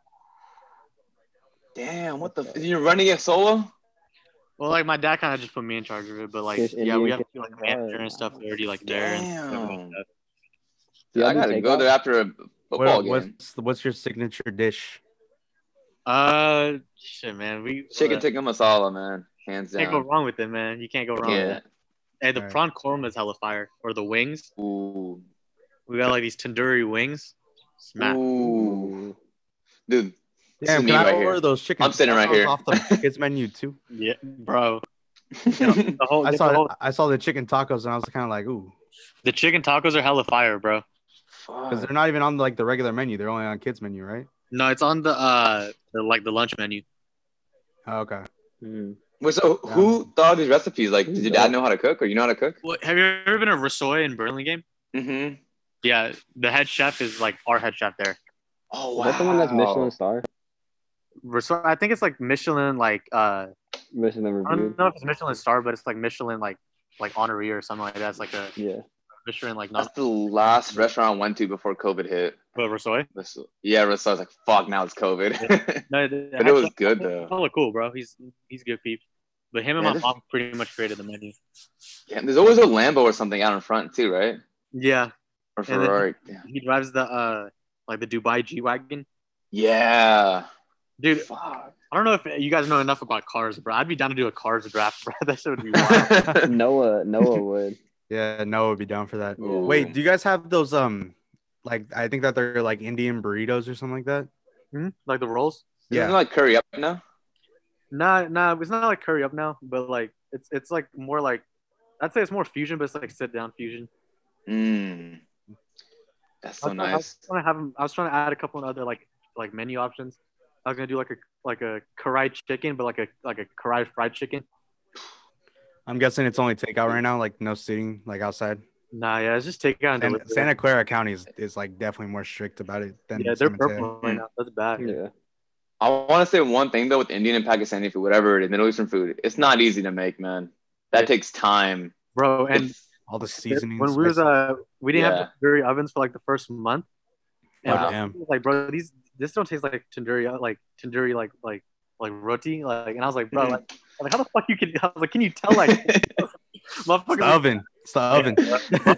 Damn, what the? F- you're running it solo? Well, like my dad kind of just put me in charge of it, but like, Kish yeah, we Indian, have Kish like Santa Clara. manager and stuff already like there. And everything Damn. like Do Dude, y'all I do gotta go takeout? there after a football What, game. what's what's your signature dish? that. Uh, shit, man. We Chicken uh, tikka masala, man. Hands can't go down. wrong with it, man. You can't go wrong. With Yeah. it. Hey, the Alright. prawn korma is hella fire, or the wings. Ooh. We got like these tandoori wings. Smack. Ooh. Dude, this Damn, is can me I right order here. those chicken? I'm sitting right tacos here. off the kids menu too. Yeah, bro. The whole, I the, saw whole- I saw the chicken tacos and I was kind of like, ooh, the chicken tacos are hella fire, bro. because Fuck. they're not even on like the regular menu. They're only on kids menu, right? No, it's on the uh, the, like the lunch menu. Oh, okay. Mhm. Wait, so who thought of these recipes? Like, did your dad know how to cook, or you know how to cook? What, have you ever been to Rasoy in Burlingame? Mm-hmm. Yeah, the head chef is like our head chef there. Oh Is wow. that the one that's Michelin star? Rasoy, I think it's like Michelin, like uh, Michelin I don't reviewed. know if it's Michelin star, but it's like Michelin, like like honoree or something like that. It's like a Yeah. Michelin, like That's not the last restaurant I went to before COVID hit. but Rasoy. This, yeah, so I was like, fuck, now it's COVID. No, the But head it was chef- good, though. Hella cool, bro. He's he's a good peep. But him and Yeah, my this- mom pretty much created the menu. yeah, there's always a Lambo or something out in front too, right? Yeah, Or then- Ferrari. Yeah. he drives the uh like the Dubai G wagon. yeah. Dude, Fuck. I don't know if you guys know enough about cars, bro. I'd be down to do a cars draft, bro. That shit would be wild. Noah Noah would. Yeah, Noah would be down for that. Ooh. Wait, do you guys have those um like I think that they're like Indian burritos or something like that? Hmm? Like the rolls? Isn't it Yeah. like curry up now? Nah, nah, it's not like curry up now, but like it's it's like more like I'd say it's more fusion, but it's like sit down fusion. Mm. That's so I was trying- I nice. was trying to have 'em- I was trying to add a couple of other like like menu options. I was gonna do like a like a karai chicken, but like a like a karai fried chicken. I'm guessing it's only takeout right now, like no seating, like outside. Nah, yeah, it's just takeout and And delivery. Santa Clara County is, is like definitely more strict about it than yeah, they're San Mateo. purple right now. That's bad. Yeah. I want to say one thing though with Indian and Pakistani food, whatever it is, Middle Eastern food, it's not easy to make, man. That takes time. bro. And It's- All the seasonings. when we was uh we didn't Yeah. have tandoori ovens for like the first month. And Wow. I oh, Damn. was like, bro, these this don't taste like tandoori, uh, like tandoori, like like like roti, like. And I was like, bro, Mhm. like, I'm like, how the fuck you can? I was like, can you tell like it's the motherfuckers? oven. It's the oven.